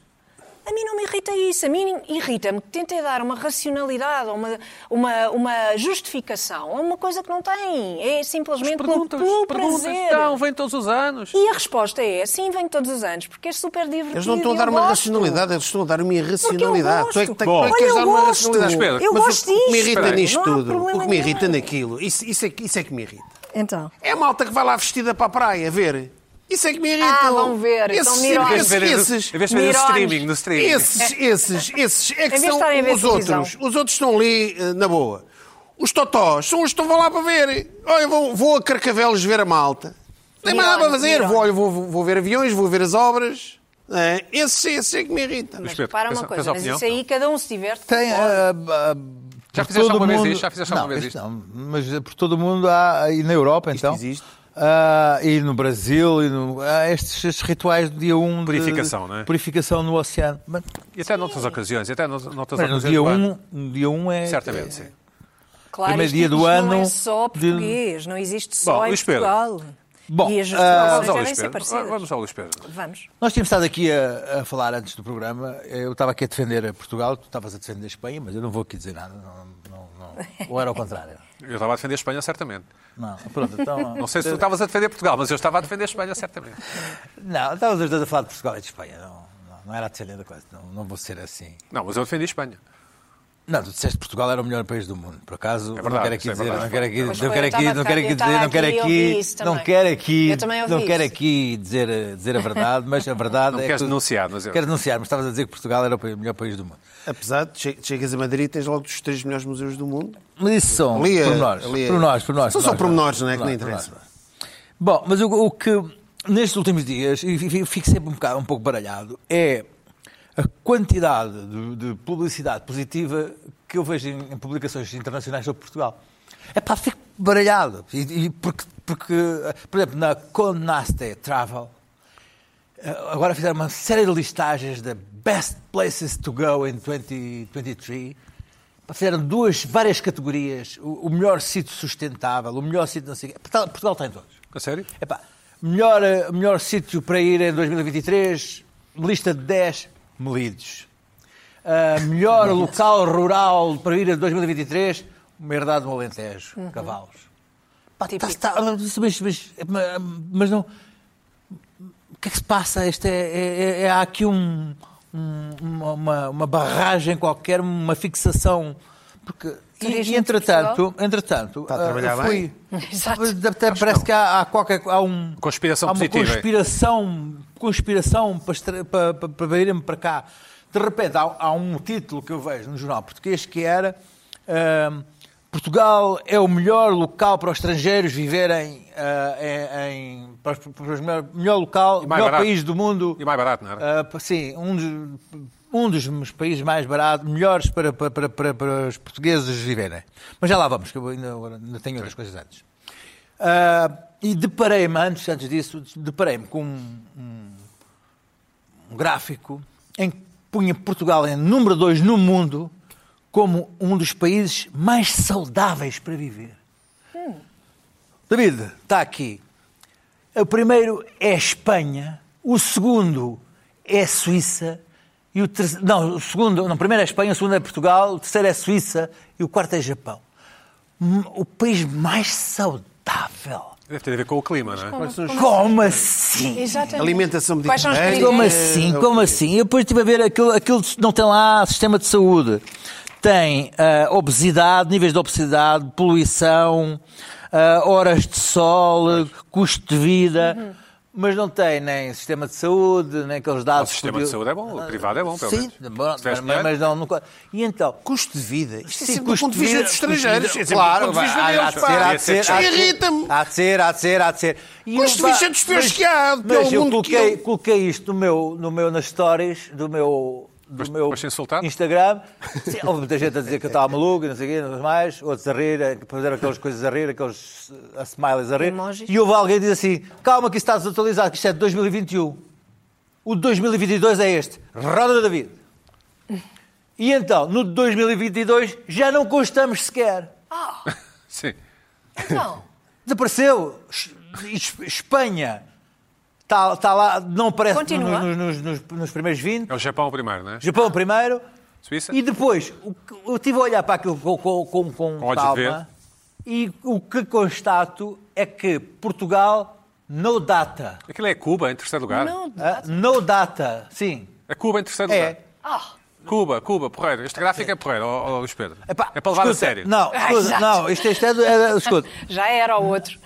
Speaker 4: A mim não me irrita isso. A mim irrita-me que tentem dar uma racionalidade, ou uma, uma, uma justificação a uma coisa que não tem. É simplesmente pelo,
Speaker 1: Perguntas,
Speaker 4: pelo
Speaker 1: perguntas.
Speaker 4: prazer.
Speaker 1: Não, vem todos os anos.
Speaker 4: E a resposta é, sim, venho todos os anos, porque é super divertido.
Speaker 2: Eles não estão a
Speaker 4: eu
Speaker 2: dar uma
Speaker 4: gosto.
Speaker 2: racionalidade, eles estão a dar uma irracionalidade.
Speaker 4: gosto.
Speaker 2: Tu é que, tu é
Speaker 1: Bom.
Speaker 2: que
Speaker 1: Olha,
Speaker 2: queres
Speaker 4: eu
Speaker 2: dar uma
Speaker 4: gosto.
Speaker 2: racionalidade.
Speaker 1: Espera,
Speaker 4: Eu
Speaker 2: Mas
Speaker 4: gosto
Speaker 2: o que me
Speaker 4: disto.
Speaker 2: irrita
Speaker 4: Não há
Speaker 2: nisto tudo,
Speaker 4: problema
Speaker 2: o que me irrita
Speaker 4: nenhum.
Speaker 2: naquilo, isso, isso, é, que- isso é que me irrita.
Speaker 4: Então.
Speaker 2: É a malta que vai lá vestida para a praia ver. Isso é que me irrita.
Speaker 4: Ah, vão ver,
Speaker 2: Esses,
Speaker 4: estão mirosos.
Speaker 2: esses,
Speaker 1: Em vez de ver-
Speaker 2: esses,
Speaker 1: Em vez de ver no
Speaker 4: Mirones.
Speaker 1: streaming, no streaming.
Speaker 2: esses, esses, esses é que
Speaker 4: de
Speaker 2: são
Speaker 4: estarem a ver
Speaker 2: os
Speaker 4: televisão.
Speaker 2: outros. Os outros estão ali eh, na boa. Os totós são os que estão lá para ver. Olha, vou, vou a Carcavelos ver a malta. Tem mais nada para
Speaker 4: Mirones,
Speaker 2: fazer. Vou,
Speaker 4: mirones.
Speaker 2: olha, vou, vou- vou ver aviões, vou ver as obras. É, esses, esses é que me irritam.
Speaker 4: Mas
Speaker 1: Pedro,
Speaker 4: repara uma
Speaker 1: tens-
Speaker 4: coisa,
Speaker 1: tens
Speaker 4: mas
Speaker 1: opinião?
Speaker 4: isso aí cada um se diverte.
Speaker 3: Tem. ah, ah,
Speaker 1: Já
Speaker 3: por
Speaker 1: fizeste
Speaker 3: todo
Speaker 1: alguma vez
Speaker 3: mundo-
Speaker 1: isto? Já fizeste
Speaker 3: não,
Speaker 1: alguma vez
Speaker 3: isto
Speaker 1: isto?
Speaker 3: Não, mas por todo o mundo há, e na Europa então.
Speaker 2: existe?
Speaker 3: ah, e no Brasil, e no- há estes, estes rituais do dia 1 de
Speaker 1: Purificação, não é?
Speaker 3: Purificação no oceano. Mas,
Speaker 1: E até noutras ocasiões. E até noutras noutras
Speaker 3: mas no,
Speaker 1: ocasiões.
Speaker 3: dia
Speaker 1: claro.
Speaker 3: 1, no dia 1 é.
Speaker 1: Certamente, sim.
Speaker 4: Claro,
Speaker 3: Primeiro
Speaker 4: isto-
Speaker 3: dia do
Speaker 4: isto Não é
Speaker 3: ano
Speaker 4: só
Speaker 3: de-
Speaker 4: português, não existe só
Speaker 1: Bom,
Speaker 4: em
Speaker 1: Luís Pedro.
Speaker 4: Portugal.
Speaker 3: Bom,
Speaker 4: e as
Speaker 3: ah,
Speaker 4: justificações
Speaker 1: Vamos ao
Speaker 4: devem
Speaker 1: Luís
Speaker 4: ser
Speaker 1: Pedro.
Speaker 4: parecidas.
Speaker 1: Vamos ao Luís Pedro.
Speaker 4: Vamos.
Speaker 3: Nós tínhamos estado aqui a, a falar antes do programa. Eu estava aqui a defender a Portugal, tu estavas a defender a Espanha, mas eu não vou aqui dizer nada. Não, não, não. Ou era ao contrário?
Speaker 1: Eu estava a defender a Espanha, certamente.
Speaker 3: Não, pronto, então.
Speaker 1: Não sei se tu estavas a defender Portugal, mas eu estava a defender a Espanha, certamente.
Speaker 3: Não, estávamos os dois a falar de Portugal e de Espanha. Não, não, não era a defender da coisa. Não, não vou ser assim.
Speaker 1: Não, mas eu defendi a Espanha.
Speaker 3: Não, tu disseste que Portugal era o melhor país do mundo. Por acaso,
Speaker 1: verdade,
Speaker 3: não quero aqui
Speaker 1: isso é
Speaker 3: dizer,
Speaker 1: verdade.
Speaker 3: não quero aqui,
Speaker 4: Pois
Speaker 3: não
Speaker 4: foi, eu
Speaker 3: quero aqui,
Speaker 4: estava
Speaker 3: não quero aqui dizer,
Speaker 4: a ficar- eu
Speaker 3: não
Speaker 4: estava
Speaker 3: quero
Speaker 4: aqui e
Speaker 3: aqui,
Speaker 4: ouvi isso
Speaker 3: não
Speaker 4: também.
Speaker 3: quero aqui,
Speaker 4: Eu também ouvi
Speaker 3: não quero
Speaker 4: isso.
Speaker 3: aqui dizer, a- dizer a verdade, mas a verdade
Speaker 1: Não
Speaker 3: é
Speaker 1: queres
Speaker 3: que
Speaker 1: denunciar, mas eu-
Speaker 3: Quero denunciar, mas estavas a dizer que Portugal era o pa- o melhor país do mundo.
Speaker 2: Apesar de che- chegas a Madrid tens logo dos três melhores museus do mundo.
Speaker 3: Mas isso são
Speaker 2: Ali é-
Speaker 3: pormenores,
Speaker 2: ali é-
Speaker 3: pormenores, pormenores.
Speaker 2: São só pormenores, não é? Que
Speaker 3: Pormenores,
Speaker 2: nem interessa.
Speaker 3: pormenores. Bom, mas o, o que nestes últimos dias, e fi- fico sempre um, bocado, um pouco baralhado, é a quantidade de, de publicidade positiva que eu vejo em, em publicações internacionais sobre Portugal. É pá, fico baralhado. E, e porque, porque, por exemplo, na Condaste Travel, eh, agora fizeram uma série de listagens de best places to go in 2023. Pá, Fizeram duas, várias categorias. O, o melhor sítio sustentável, o melhor sítio não sei o quê. Portugal, Portugal tem todos.
Speaker 1: A sério?
Speaker 3: Epá, melhor, eh, melhor sítio para ir é em 2023, lista de 10, Melides. Ah, melhor local rural para ir é em 2023, uma herdade no Alentejo, Cavalos. Pá, tá-
Speaker 4: Uhum. Típico.
Speaker 3: tá- mas, mas- mas- mas não... O que é que se passa? Isto é, é- é- há aqui um- um- uma, uma- uma barragem qualquer, uma fixação... Porque, e- e,
Speaker 4: Turismo de
Speaker 3: entretanto, entretanto
Speaker 2: Está Tá a trabalhar
Speaker 3: ah, eu fui,
Speaker 4: Exato.
Speaker 3: até parece que há, há qualquer há um
Speaker 1: Conspiração
Speaker 3: há uma
Speaker 1: positiva, é?
Speaker 3: conspiração conspiração para, estra- para, para, para virem para cá de repente há, há um título que eu vejo no jornal português que era ahm, Portugal é o melhor local para os estrangeiros viverem ah, em, em- para, os- para os melhor, melhor local
Speaker 1: E mais
Speaker 3: melhor
Speaker 1: barato.
Speaker 3: país do mundo
Speaker 1: E mais barato, não era?
Speaker 3: ah, sim Ah, um dos um dos meus países mais baratos, melhores para, para, para, para, para os portugueses viverem. Mas já lá vamos, que eu ainda, agora ainda tenho outras coisas antes. Ah, e deparei-me, antes, antes disso, deparei-me com um, um- um gráfico em que punha Portugal em número 2 no mundo como um dos países mais saudáveis para viver. David, está aqui. O primeiro é a Espanha, o segundo é a Suíça, e o terceiro. Não, o segundo, não, o primeiro é a Espanha, o segundo é Portugal, o terceiro é a Suíça e o quarto é Japão. Hum, O país mais saudável.
Speaker 1: Deve ter a ver com o clima, não é?
Speaker 3: Como assim?
Speaker 4: Exatamente.
Speaker 2: Alimentação
Speaker 4: Quais são os
Speaker 2: mediterrânea.
Speaker 4: critérios?
Speaker 2: Como
Speaker 3: Como assim? Como assim? Eu depois estive a ver aquilo, aquilo não tem lá sistema de saúde. Tem ah, obesidade, níveis de obesidade, poluição, ah, horas de sol, custo de vida, mas não tem nem sistema de saúde, nem aqueles
Speaker 1: O
Speaker 3: dados.
Speaker 1: sistema
Speaker 3: que-
Speaker 1: de saúde é bom, o privado é bom, pelo
Speaker 3: Sim,
Speaker 1: menos.
Speaker 3: bom,
Speaker 1: Se tiveres
Speaker 3: mas,
Speaker 1: dinheiro.
Speaker 3: mas não, nunca. E então,
Speaker 2: Custo de vida. Isto é
Speaker 3: Sim,
Speaker 2: sempre do
Speaker 3: custo
Speaker 2: ponto de vista
Speaker 3: vida,
Speaker 2: dos
Speaker 3: custo de
Speaker 2: estrangeiros.
Speaker 3: vida.
Speaker 2: é sempre
Speaker 3: Claro,
Speaker 2: do ponto de vista
Speaker 3: há- há
Speaker 2: deles,
Speaker 3: de
Speaker 2: pá.
Speaker 3: ser, há de ser, há de ser.
Speaker 2: Irrita-me.
Speaker 3: Há de ser, há de ser, há de ser. E
Speaker 2: Custo
Speaker 3: eu
Speaker 2: de
Speaker 3: vá-
Speaker 2: vista dos piores
Speaker 3: mas-
Speaker 2: que há pelo
Speaker 3: Mas eu
Speaker 2: mundo
Speaker 3: coloquei,
Speaker 2: que eu-
Speaker 3: coloquei isto no meu, no meu, nas stories do meu, do
Speaker 1: Mas-
Speaker 3: meu
Speaker 1: mas sem soltar?
Speaker 3: Instagram. Sim, houve muita gente a dizer que eu estava maluco, e não sei o quê, não sei mais. Outros a rir, a fazer aquelas coisas a rir, aqueles eh, a smileys a rir.
Speaker 4: Emojis.
Speaker 3: E houve alguém que diz assim, calma que isso está desatualizado, que isto é de 2021. O de 2022 é este. Roda David. E então, no de 2022, já não constamos sequer.
Speaker 1: Sim.
Speaker 4: Não.
Speaker 3: Desapareceu. Es- Es- Espanha está está lá, não aparece
Speaker 4: Continua.
Speaker 3: nos, nos- nos- nos- nos primeiros 20.
Speaker 1: É o Japão o primeiro, não é?
Speaker 3: Japão primeiro.
Speaker 1: Suíça?
Speaker 3: E depois, o que- eu estive a olhar para aquilo com, com, com, com
Speaker 1: Com olhos de ver.
Speaker 3: calma e o que constato é que Portugal, no data.
Speaker 1: Aquilo é Cuba, em terceiro lugar.
Speaker 4: Não.
Speaker 3: Ah, No data, sim.
Speaker 1: É Cuba em terceiro
Speaker 3: É.
Speaker 1: lugar.
Speaker 4: Ah,
Speaker 1: Cuba, Cuba, porreiro. Este gráfico é porreiro, ó, ó, Luís Pedro.
Speaker 3: Epá,
Speaker 1: é para levar a
Speaker 3: escuta,
Speaker 1: sério.
Speaker 3: Não,
Speaker 4: Ah,
Speaker 3: escuta,
Speaker 4: exato.
Speaker 3: não isto, isto é, do- é, do- escuta,
Speaker 4: já era o outro.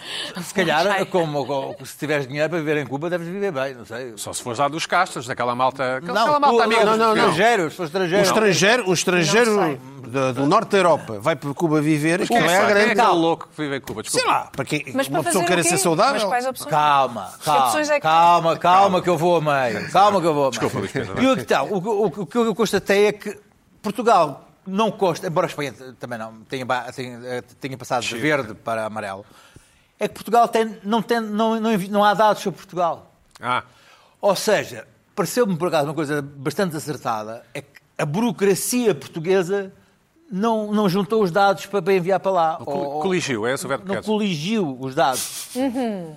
Speaker 3: se calhar, como, como- se tiveres dinheiro para viver em Cuba, deves viver bem, não sei.
Speaker 1: Só se fores lá dos Castros, daquela malta. Aquela,
Speaker 3: Não,
Speaker 1: aquela malta
Speaker 3: tu-
Speaker 1: amiga.
Speaker 3: não,
Speaker 1: dos
Speaker 3: não, não,
Speaker 1: portugueses.
Speaker 3: estrangeiros, se for
Speaker 2: O
Speaker 3: estrangeiro.
Speaker 2: estrangeiro, o estrangeiro
Speaker 4: Não
Speaker 2: do, do norte da Europa vai para Cuba viver,
Speaker 1: Quem
Speaker 2: aquilo
Speaker 1: é, que
Speaker 2: é a
Speaker 1: sabe? Quem é
Speaker 2: grande.
Speaker 1: aquele louco que vive em Cuba?
Speaker 2: Sei
Speaker 1: Desculpa.
Speaker 2: lá, para quem,
Speaker 4: Mas
Speaker 2: uma
Speaker 4: para
Speaker 2: pessoa
Speaker 4: fazer
Speaker 2: queira
Speaker 4: o quê?
Speaker 2: ser saudável.
Speaker 4: Mas quais opções?
Speaker 3: Calma, calma,
Speaker 4: opções é que-
Speaker 3: calma, calma, que eu vou a meio. Calma que eu vou a meio.
Speaker 1: Desculpa, Luís Pedro.
Speaker 3: E o que, tá, o, que- o que- o que eu constatei é que Portugal não consta, embora a Espanha t- também não tenha, ba- tenha, eh, tenha passado de verde para amarelo, é que Portugal tem- não, tem, não, não, envi- não há dados sobre Portugal.
Speaker 1: Ah,
Speaker 3: Ou seja, pareceu-me por acaso uma coisa bastante acertada, é que a burocracia portuguesa não, não juntou os dados para para enviar para lá.
Speaker 1: col- coligiu, é esse o verbo que
Speaker 3: Não
Speaker 1: queres?
Speaker 3: coligiu os dados. Não,
Speaker 4: Uhum.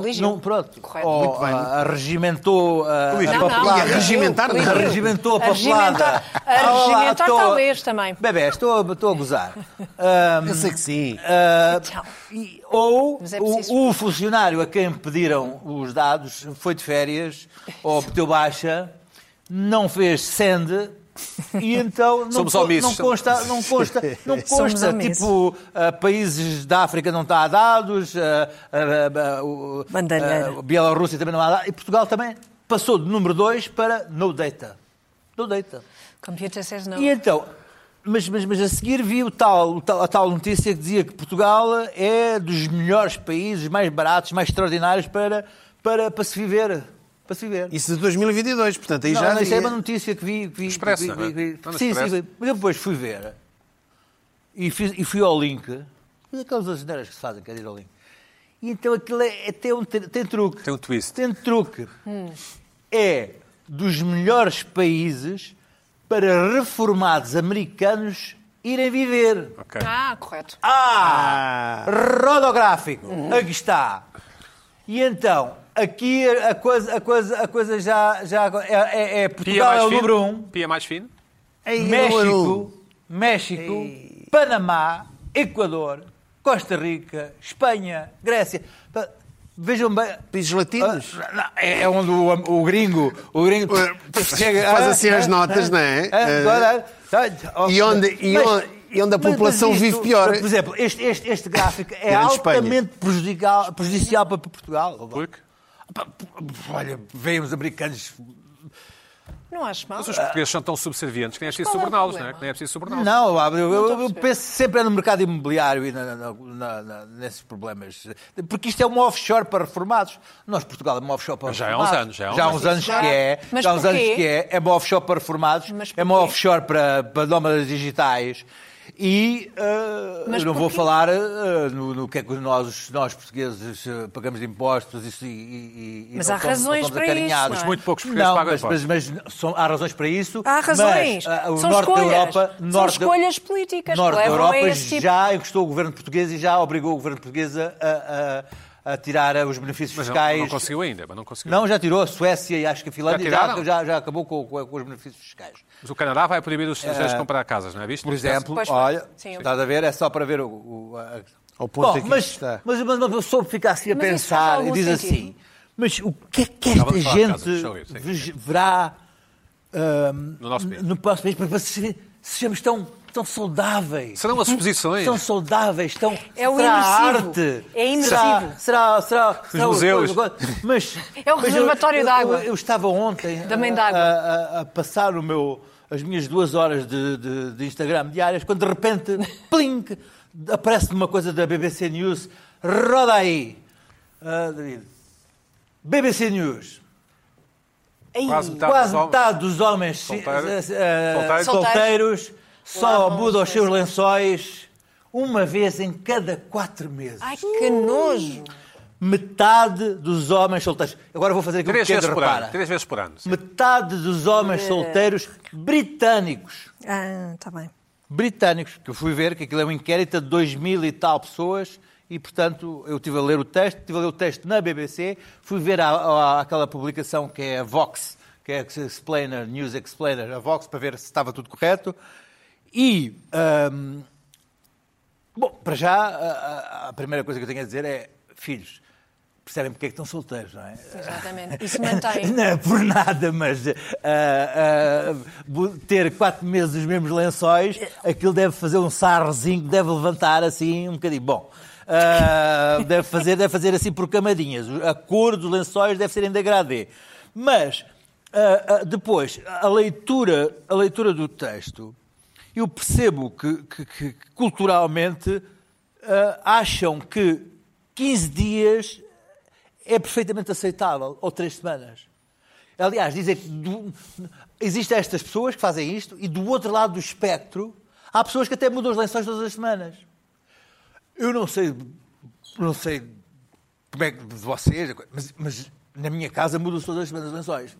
Speaker 4: Coligiu.
Speaker 3: não, pronto.
Speaker 4: Correto.
Speaker 3: Ou,
Speaker 2: Muito bem.
Speaker 3: ah, arregimentou ah, a
Speaker 2: Coligiu.
Speaker 4: Não, não.
Speaker 3: papelada.
Speaker 2: E regimentar, não.
Speaker 4: Corrigiu.
Speaker 3: Arregimentou a
Speaker 4: Arregimentar-
Speaker 3: papelada.
Speaker 4: Arregimentar
Speaker 3: Ah, lá, tô-
Speaker 4: talvez também.
Speaker 3: Bebé, estou, a- estou a gozar. Ah,
Speaker 2: Eu sei que sim.
Speaker 3: ah,
Speaker 4: Então.
Speaker 3: e- ou
Speaker 4: Mas é preciso-
Speaker 3: o, o funcionário a quem pediram os dados foi de férias ou obteu baixa, não fez send e então não,
Speaker 1: Somos
Speaker 3: co- não
Speaker 1: omissos.
Speaker 3: consta, não consta, não
Speaker 4: Somos
Speaker 3: consta
Speaker 4: omissos.
Speaker 3: tipo ah, países da África não está a dados, ah, ah, ah, o-
Speaker 4: Bandalheira.
Speaker 3: ah, Bielorrússia também não há dados e Portugal também passou de número 2 para no data. No data.
Speaker 4: Computer says no.
Speaker 3: E então, mas, mas, mas a seguir vi o tal, o tal- a tal notícia que dizia que Portugal é dos melhores países, mais baratos, mais extraordinários para, para, para se viver. Para se viver.
Speaker 2: Isso de 2022, portanto, aí
Speaker 3: Não,
Speaker 2: já.
Speaker 3: não, isso é
Speaker 2: dizia-
Speaker 3: uma notícia que vi. Que vi
Speaker 1: Expressa,
Speaker 3: que vi- que vi-
Speaker 1: não é? Não
Speaker 3: Sim, sim,
Speaker 1: expressa.
Speaker 3: vi. Mas eu depois fui ver e, fiz- e fui ao link. Mas aquelas asneiras que se fazem, quer ir ao link. E então aquilo é, é- tem, um, tr- tem truque.
Speaker 1: Tem um twist.
Speaker 3: Tem truque. É dos melhores países para reformados americanos irem viver.
Speaker 1: ok.
Speaker 4: Ah, correto.
Speaker 3: Ah! Rodográfico! Aqui está! E então, aqui a coisa, a coisa, a coisa já, já é, é- é Portugal é o
Speaker 1: fino?
Speaker 3: número um,
Speaker 1: Pia mais fino?
Speaker 2: Ei,
Speaker 3: México,
Speaker 2: eu-
Speaker 3: México, Panamá, Equador, Costa Rica, Espanha, Grécia. Pa- Vejam bem.
Speaker 2: Países latinos.
Speaker 3: Ah, não, É é onde o, o gringo, o gringo chega,
Speaker 2: Faz
Speaker 3: ah,
Speaker 2: assim as
Speaker 3: ah,
Speaker 2: notas,
Speaker 3: ah,
Speaker 2: não é?
Speaker 3: ah, agora, ah,
Speaker 2: E onde- e
Speaker 3: mas-
Speaker 2: onde- e onde a
Speaker 3: mas- mas
Speaker 2: população
Speaker 3: isto-
Speaker 2: vive pior. é?
Speaker 3: Por exemplo, este, este, este gráfico é
Speaker 2: Grande Espanha.
Speaker 3: altamente prejudicial, prejudicial para Portugal.
Speaker 1: Porque?
Speaker 3: Pá, p- Olha, veem os americanos
Speaker 4: Não acho mal.
Speaker 1: Mas os portugueses são tão subservientes que nem é preciso
Speaker 4: Qual é o
Speaker 1: sobrená-los, não
Speaker 4: problema?
Speaker 1: é? Que nem é preciso sobrená-los.
Speaker 3: Não, eu, eu-
Speaker 4: estou a
Speaker 3: eu
Speaker 4: perceber.
Speaker 3: penso sempre é no mercado imobiliário e na- na- na- na- nesses problemas. Porque isto é um offshore para reformados. Nós, Portugal, é um offshore para
Speaker 1: Já há uns
Speaker 3: reformados.
Speaker 1: anos, já há uns
Speaker 3: há uns anos
Speaker 4: Já.
Speaker 3: que é.
Speaker 4: Mas
Speaker 3: Já há uns anos
Speaker 4: porquê?
Speaker 3: que é. É uma offshore para reformados,
Speaker 4: Mas
Speaker 3: é uma
Speaker 4: porquê?
Speaker 3: offshore para, para nómadas digitais. E eh,
Speaker 4: Mas
Speaker 3: eu não vou
Speaker 4: porquê?
Speaker 3: falar eh, no, no que é que nós, nós portugueses, eh, pagamos de impostos isso, e, e- e
Speaker 4: Mas
Speaker 3: não
Speaker 4: há
Speaker 3: somos- não
Speaker 4: razões
Speaker 3: somos
Speaker 4: para isso,
Speaker 3: acarinhados.
Speaker 4: não é?
Speaker 1: Mas muito poucos portugueses
Speaker 3: Não,
Speaker 1: pagam
Speaker 3: mas, mas,
Speaker 1: impostos.
Speaker 3: mas são- há razões para isso.
Speaker 4: Há
Speaker 3: mas,
Speaker 4: razões.
Speaker 3: ah, o
Speaker 4: São
Speaker 3: norte
Speaker 4: escolhas.
Speaker 3: da Europa,
Speaker 4: São
Speaker 3: norte da-
Speaker 4: escolhas políticas que
Speaker 3: norte da
Speaker 4: levam a
Speaker 3: Europa
Speaker 4: esse tipo-
Speaker 3: já encostou o governo português e já obrigou o governo português a, a- a- a tirar ah, os benefícios
Speaker 1: Mas não,
Speaker 3: fiscais.
Speaker 1: não conseguiu ainda, mas não conseguiu.
Speaker 3: Não, já tirou a Suécia e acho que a
Speaker 1: Já
Speaker 3: Finlândia já,
Speaker 1: tiraram?
Speaker 3: já- já acabou com, com- com os benefícios fiscais.
Speaker 1: Mas o Canadá vai proibir os estrangeiros de comprar casas, não é visto?
Speaker 3: Por exemplo,
Speaker 4: Pois foi.
Speaker 3: olha,
Speaker 4: Sim.
Speaker 3: estás a ver? É só para ver o. o a...
Speaker 2: Ao ponto
Speaker 3: Bom,
Speaker 2: em que
Speaker 3: mas,
Speaker 2: isto está.
Speaker 3: mas mas uma pessoa fica assim a
Speaker 4: Mas isso faz
Speaker 3: pensar
Speaker 4: algum
Speaker 3: e diz
Speaker 4: sentido.
Speaker 3: assim: mas o que é que
Speaker 1: Estava
Speaker 3: esta
Speaker 1: a falar de
Speaker 3: gente
Speaker 1: casas, só eu, sim.
Speaker 3: ve- verá ah,
Speaker 1: No nosso país.
Speaker 3: no próximo mês? Porque se- sejamos tão, tão saudáveis.
Speaker 1: Serão as exposições.
Speaker 3: São saudáveis, estão.
Speaker 4: É o
Speaker 3: será
Speaker 4: imersivo.
Speaker 3: arte.
Speaker 4: É imersivo.
Speaker 3: Será, será, será, será o-
Speaker 1: museus.
Speaker 3: Mas,
Speaker 4: É o
Speaker 3: mas eu-
Speaker 4: reservatório
Speaker 3: eu-
Speaker 4: de água.
Speaker 3: Eu, eu estava ontem
Speaker 4: Também de
Speaker 3: a,
Speaker 4: água.
Speaker 3: a- a- a passar o meu, as minhas duas horas de, de- de Instagram diárias, quando de repente, plink, aparece-me uma coisa da BBC News. Roda aí. Ah, David. BBC News.
Speaker 4: Ei,
Speaker 1: Quase metade dos
Speaker 3: Quase
Speaker 1: homens.
Speaker 3: metade dos homens
Speaker 1: Tá, Solteiros.
Speaker 3: eh,
Speaker 1: Solteiros.
Speaker 3: solteiros só
Speaker 4: Lavam os
Speaker 3: muda os seus lençóis uma vez em cada quatro meses.
Speaker 4: Ai, que nojo.
Speaker 3: Metade dos homens solteiros. Agora vou fazer aqui um
Speaker 1: Três
Speaker 3: pequeno
Speaker 1: vezes por ano.
Speaker 3: reparo.
Speaker 1: Três vezes por ano. sim.
Speaker 3: Metade dos homens solteiros britânicos.
Speaker 4: Ah, está bem.
Speaker 3: Britânicos, que eu fui ver que aquilo é um inquérito de dois mil e tal pessoas. E, portanto, eu estive a ler o texto, estive a ler o texto na BBC, fui ver a, a- aquela publicação que é a Vox, que é a Explainer, News Explainer, a Vox, para ver se estava tudo correto. E, ahm, bom, para já, a, a- a primeira coisa que eu tenho a dizer é, filhos, percebem porque é que estão solteiros, não é?
Speaker 4: Exatamente. Isso mantém.
Speaker 3: Não, é por nada, mas ah, ah, bu- ter quatro meses os mesmos lençóis, aquilo deve fazer um sarrezinho, que deve levantar assim um bocadinho. Bom, ah, deve, fazer, deve fazer assim por camadinhas. A cor dos lençóis deve ser em degradê. Mas, ah, ah, depois, a leitura, a leitura do texto, eu percebo que, que- que- que culturalmente ah, acham que 15 dias é perfeitamente aceitável, ou três semanas. Aliás, dizem que do- existem estas pessoas que fazem isto e do outro lado do espectro há pessoas que até mudam os lençóis todas as semanas. Eu não sei, não sei como é que de vocês, mas, mas na minha casa mudam-se todas as semanas os lençóis.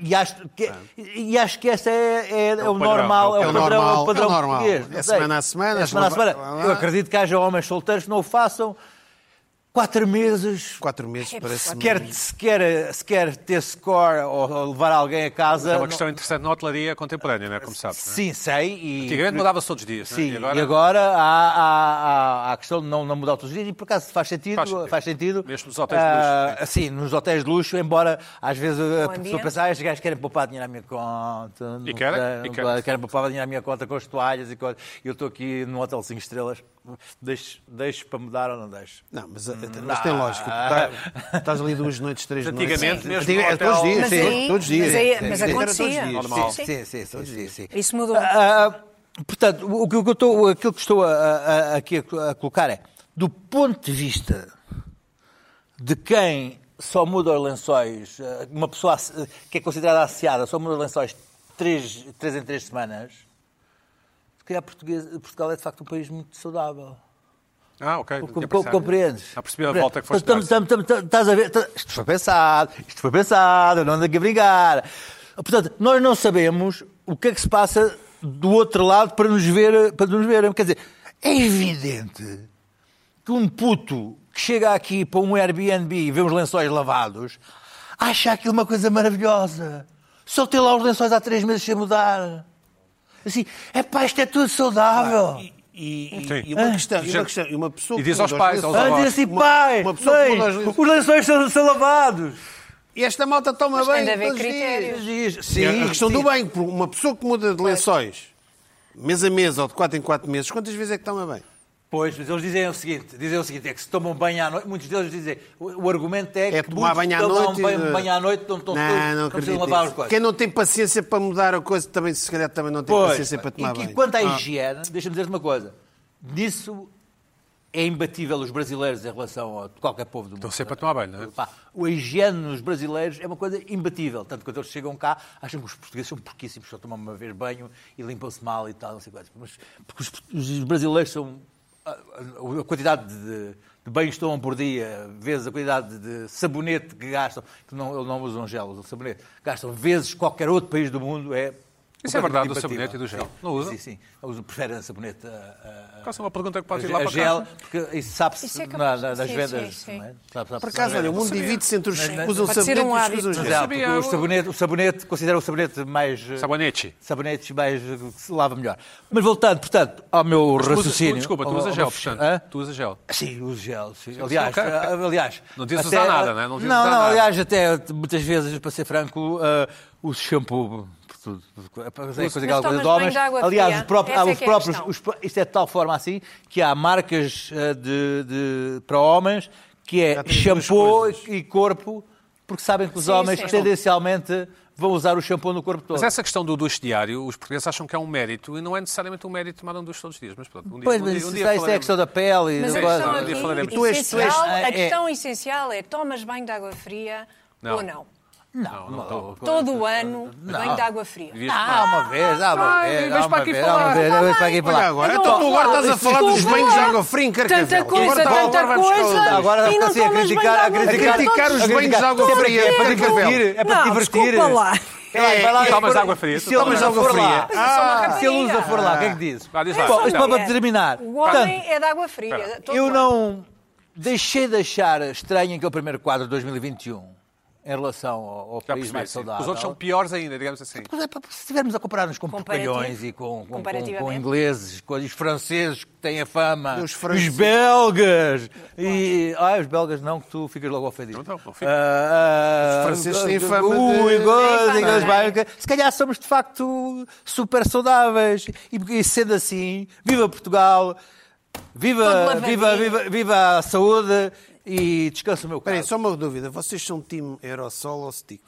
Speaker 3: E, acho que, e acho que esta é, Uhum. é- é o,
Speaker 1: padrão,
Speaker 3: normal, é o padrão, é o
Speaker 2: normal,
Speaker 3: padrão
Speaker 2: é o normal.
Speaker 3: português, não
Speaker 2: É
Speaker 3: sei.
Speaker 2: semana a semana,
Speaker 3: É semana a semana.
Speaker 2: semana-
Speaker 3: Eu acredito que haja homens solteiros que não o façam. Quatro meses,
Speaker 2: Quatro meses
Speaker 4: É
Speaker 2: parece
Speaker 3: Quer, se, quer, se quer ter score ou, ou levar alguém a casa.
Speaker 1: É uma
Speaker 3: não-
Speaker 1: questão interessante na hotelaria contemporânea, não é? Como sabes. não é?
Speaker 3: Sim, sei. E,
Speaker 1: Antigamente mudava-se todos os dias. não é?
Speaker 3: Sim,
Speaker 1: E agora,
Speaker 3: há, há- há- há a questão de não, não mudar todos os dias e por acaso faz sentido.
Speaker 1: Faz
Speaker 3: Faz
Speaker 1: sentido.
Speaker 3: sentido.
Speaker 1: Mesmo nos hotéis de
Speaker 3: Ah, Sim, nos hotéis de luxo, embora às vezes a pessoa
Speaker 4: ambiente.
Speaker 3: pense, ah, estes gajos querem poupar dinheiro à minha conta.
Speaker 1: E
Speaker 3: não
Speaker 1: querem,
Speaker 3: sei,
Speaker 1: e
Speaker 3: não
Speaker 1: querem.
Speaker 3: sei, querem poupar dinheiro à minha conta com as toalhas e coisas. Eu estou aqui num hotel 5 estrelas, deixo, deixo para mudar ou não deixo?
Speaker 2: Não, mas, eh, mas tem lógica. Tá- Estás ali duas noites, três noites.
Speaker 1: Antigamente, mesmo
Speaker 2: Antiga-
Speaker 1: no
Speaker 2: é todos os
Speaker 1: hotel-
Speaker 2: dias,
Speaker 4: Mas
Speaker 2: sim,
Speaker 4: aí-
Speaker 2: todos os dias.
Speaker 4: mas aí-
Speaker 2: Sim,
Speaker 4: mas
Speaker 2: sim. Era todos os
Speaker 4: acontecia.
Speaker 2: dias.
Speaker 1: Normal.
Speaker 3: Sim, sim, sim, todos os dias, sim.
Speaker 4: Isso mudou.
Speaker 3: Ah, portanto, o que o que eu estou, aquilo que estou a, a- a- aqui a, a colocar é, do ponto de vista de quem só muda os lençóis, eh, uma pessoa ass- eh, que é considerada asseada, só muda os lençóis três, três em três semanas, se calhar português- Portugal é de facto um país muito saudável.
Speaker 1: Ah, ok. não tinha
Speaker 3: Com-
Speaker 1: pensado.
Speaker 3: compreendes?
Speaker 1: Já percebi a volta que foste
Speaker 3: Estamos-
Speaker 1: dar.
Speaker 3: estamos- estamos- Estás a ver? Tá- Isto foi pensado, isto foi pensado, eu não ando aqui a brincar. Portanto, nós não sabemos o que é que se passa do outro lado para nos ver, para nos verem. Quer dizer, é evidente que um puto que chega aqui para um Airbnb e vê uns lençóis lavados, acha aquilo uma coisa maravilhosa. Só ter lá os lençóis há três meses sem mudar. Assim, é pá, isto é tudo saudável.
Speaker 2: E, e-
Speaker 1: Sim.
Speaker 2: e uma questão, e uma questão, e uma pessoa
Speaker 1: E
Speaker 2: Ah, que
Speaker 1: diz
Speaker 2: muda
Speaker 1: aos
Speaker 2: os
Speaker 1: pais,
Speaker 2: lençóis-
Speaker 1: aos avós.
Speaker 3: Ah, diz assim,
Speaker 2: Uma-
Speaker 3: pai,
Speaker 2: uma pessoa
Speaker 3: mãe,
Speaker 2: que muda os lençóis.
Speaker 3: os lençóis são, são lavados.
Speaker 2: E esta malta toma
Speaker 4: Mas tem
Speaker 2: bem
Speaker 4: de haver
Speaker 2: todos os dias.
Speaker 4: critérios.
Speaker 3: Diz,
Speaker 2: E a- a questão
Speaker 3: sim.
Speaker 2: do banho, por uma pessoa que muda de lençóis mês a mês ou de quatro em quatro meses, quantas vezes é que toma bem?
Speaker 3: Pois, mas eles dizem o seguinte, dizem o seguinte, é que se tomam banho à noite, muitos deles dizem, o, o argumento é,
Speaker 2: É
Speaker 3: que
Speaker 2: tomar
Speaker 3: muitos
Speaker 2: banho à
Speaker 3: que tomam
Speaker 2: noite. eh,
Speaker 3: banho, banho à noite não estão todos-
Speaker 2: não, não acredito.
Speaker 3: precisam lavar
Speaker 2: nisso.
Speaker 3: os coisas.
Speaker 2: Quem não tem paciência para mudar a coisa também, se calhar, também não tem
Speaker 3: Pois,
Speaker 2: paciência para é tomar
Speaker 3: e, que-
Speaker 2: banho. Ah.
Speaker 3: e quanto à higiene, deixa-me dizer-te uma coisa, nisso é imbatível os brasileiros em relação a qualquer povo do
Speaker 2: Então,
Speaker 1: Estão
Speaker 3: mundo.
Speaker 1: sempre a tomar banho, não é?
Speaker 3: Pá, o higiene nos brasileiros é uma coisa imbatível. Tanto que quando eles chegam cá, acham que os portugueses são porquíssimos, só tomam uma vez banho e limpam-se mal e tal, não sei quantos. Mas porque os, port- os brasileiros são. A, a- a quantidade de, de banhos que tomam por dia, vezes a quantidade de sabonete que gastam, que não, eles não usam gel, usam sabonete, gastam vezes qualquer outro país do mundo, é.
Speaker 1: Isso é verdade, do
Speaker 3: imbatível.
Speaker 1: sabonete e do gel.
Speaker 3: Sim,
Speaker 1: Não usam?
Speaker 3: Sim, sim. Usam, preferem sabonete a, a,
Speaker 1: Faça é uma pergunta que pode ir lá
Speaker 3: a, a
Speaker 1: para
Speaker 3: gel,
Speaker 1: cá.
Speaker 3: porque isso sabe-se
Speaker 4: Isso é
Speaker 3: na-
Speaker 4: capaz-
Speaker 3: na- nas
Speaker 4: sim,
Speaker 3: vendas.
Speaker 4: sim, sim.
Speaker 3: não é? Sabe- sabe-se
Speaker 2: Por
Speaker 3: nas
Speaker 2: acaso,
Speaker 1: um
Speaker 2: olha, o
Speaker 3: vendas.
Speaker 2: mundo divide-se entre os
Speaker 3: Mas,
Speaker 2: que
Speaker 3: mas,
Speaker 2: usam
Speaker 4: pode ser
Speaker 2: sabonete
Speaker 4: um
Speaker 2: e os que
Speaker 4: hábito.
Speaker 2: usam gel.
Speaker 3: Mas é,
Speaker 1: sabia,
Speaker 3: porque
Speaker 1: eu-
Speaker 3: o sabonete, o sabonete, considero o sabonete mais. eh,
Speaker 1: Sabonete.
Speaker 3: Sabonetes mais. eh, que se lava melhor. Mas voltando, portanto, ao meu
Speaker 1: Tu usas-
Speaker 3: raciocínio.
Speaker 1: tu- Desculpa, tu
Speaker 3: ao-
Speaker 1: usas
Speaker 3: ao-
Speaker 1: gel,
Speaker 3: ao-
Speaker 1: portanto.
Speaker 3: Hã?
Speaker 1: Tu usas gel.
Speaker 3: Sim, uso gel. Sim. Aliás,
Speaker 1: ok, ok.
Speaker 3: ah, aliás.
Speaker 1: Não devias usar nada, não é? Não
Speaker 3: Não,
Speaker 1: devias
Speaker 3: não,
Speaker 1: usar nada.
Speaker 3: aliás, até muitas vezes, para ser franco, ah, uso shampoo. por tudo. É coisa que
Speaker 4: Mas
Speaker 3: alguma coisa
Speaker 4: tomas
Speaker 3: de homens.
Speaker 4: banho de água
Speaker 3: Aliás,
Speaker 4: fria?
Speaker 3: os próprios,
Speaker 4: Essa é
Speaker 3: os
Speaker 4: que é a
Speaker 3: próprios,
Speaker 4: questão.
Speaker 3: os pro- isto é de tal forma assim que há marcas ah, de, de- para homens que é
Speaker 2: tens duas
Speaker 3: shampoo e corpo, porque sabem que os
Speaker 4: Sim,
Speaker 3: homens
Speaker 4: sim.
Speaker 3: tendencialmente vão usar o shampoo no corpo todo.
Speaker 1: Mas é assim, essa questão do duche diário, os portugueses acham que é um mérito e não é necessariamente um mérito tomar um duche todos os dias. Mas pronto, um dia,
Speaker 3: Pois,
Speaker 1: um
Speaker 3: mas
Speaker 1: dia, um
Speaker 3: isso,
Speaker 1: dia
Speaker 3: isso é a
Speaker 1: falaremos. Um
Speaker 3: questão da pele. e
Speaker 4: Mas
Speaker 3: da
Speaker 4: a
Speaker 1: Agora,
Speaker 4: questão
Speaker 1: não,
Speaker 4: aqui,
Speaker 1: eu falei mesmo.
Speaker 2: Tu és- tu és-
Speaker 4: essencial,
Speaker 3: é-
Speaker 4: a questão essencial é tomas banho de água fria
Speaker 1: Não.
Speaker 4: ou não?
Speaker 3: Não, não,
Speaker 4: Todo o ano, banho de água fria.
Speaker 1: Devias
Speaker 3: Há Ah, uma vez, há uma
Speaker 1: Ai,
Speaker 3: vez,
Speaker 1: vens
Speaker 3: há
Speaker 1: para
Speaker 3: uma
Speaker 1: aqui
Speaker 3: vez, há uma
Speaker 1: falar.
Speaker 3: vez, há uma vez para aqui falar.
Speaker 2: Agora,
Speaker 4: Então,
Speaker 2: então, tu agora estás a falar dos
Speaker 4: desculpa
Speaker 2: banhos de
Speaker 4: lá.
Speaker 2: água fria em Carcavelos.
Speaker 4: Tanta coisa,
Speaker 2: Agora
Speaker 4: tanta
Speaker 2: vamos buscar os
Speaker 4: coisa.
Speaker 2: dados.
Speaker 3: Agora
Speaker 4: E não
Speaker 3: está-se a
Speaker 4: tomas
Speaker 3: criticar, a
Speaker 4: banho de água
Speaker 3: criticar,
Speaker 4: fria. A é criticar os
Speaker 2: banhos de água fria,
Speaker 3: É para
Speaker 2: para
Speaker 3: divertir, é para
Speaker 4: Não,
Speaker 3: divertir.
Speaker 4: desculpa lá.
Speaker 3: É, vai lá,
Speaker 1: E tomas
Speaker 3: for-
Speaker 1: água fria,
Speaker 3: e
Speaker 1: tu
Speaker 3: Se ele
Speaker 1: tomas
Speaker 3: usa
Speaker 2: água
Speaker 3: for
Speaker 2: fria.
Speaker 3: lá,
Speaker 4: Mas eu
Speaker 2: Ah,
Speaker 4: sou uma
Speaker 3: se ele usa
Speaker 4: rapariga.
Speaker 3: for lá, o que é que diz?
Speaker 1: Vá, diz lá.
Speaker 3: Bom, mas
Speaker 1: Então.
Speaker 3: para terminar,
Speaker 4: O homem
Speaker 3: portanto,
Speaker 4: é de água fria. todo
Speaker 3: eu
Speaker 4: ano.
Speaker 3: não deixei de achar estranho aquele primeiro quadro de 2021 em relação ao, ao
Speaker 1: Já
Speaker 3: país
Speaker 1: percebi,
Speaker 3: mais
Speaker 1: sim.
Speaker 3: saudável.
Speaker 1: Os outros são piores ainda, digamos assim.
Speaker 3: Pois é, pá, se estivermos a comparar-nos com
Speaker 4: Comparativo.
Speaker 3: portugueses e com, com, com, com
Speaker 4: Comparativamente.
Speaker 3: ingleses, com os franceses que têm a fama,
Speaker 2: E os
Speaker 3: os,
Speaker 2: franceses.
Speaker 3: belgas, e... Ah, os belgas não, que tu ficas logo ofendido.
Speaker 1: Não, não, não fico.
Speaker 3: Ah, ah,
Speaker 2: Então, Os franceses
Speaker 3: ah,
Speaker 2: têm
Speaker 3: ah,
Speaker 2: fama
Speaker 3: o
Speaker 2: de-
Speaker 3: inglês,
Speaker 4: Têm
Speaker 3: inglês,
Speaker 4: fama. é?
Speaker 3: belga. Se calhar somos, de facto, super saudáveis. E, e sendo assim, viva Portugal,
Speaker 4: Todo
Speaker 3: viva,
Speaker 4: lavadinho.
Speaker 3: viva, viva, viva a saúde e descansa o meu
Speaker 2: Espera aí,
Speaker 3: carro.
Speaker 2: só uma dúvida. Vocês são time aerosol ou stick?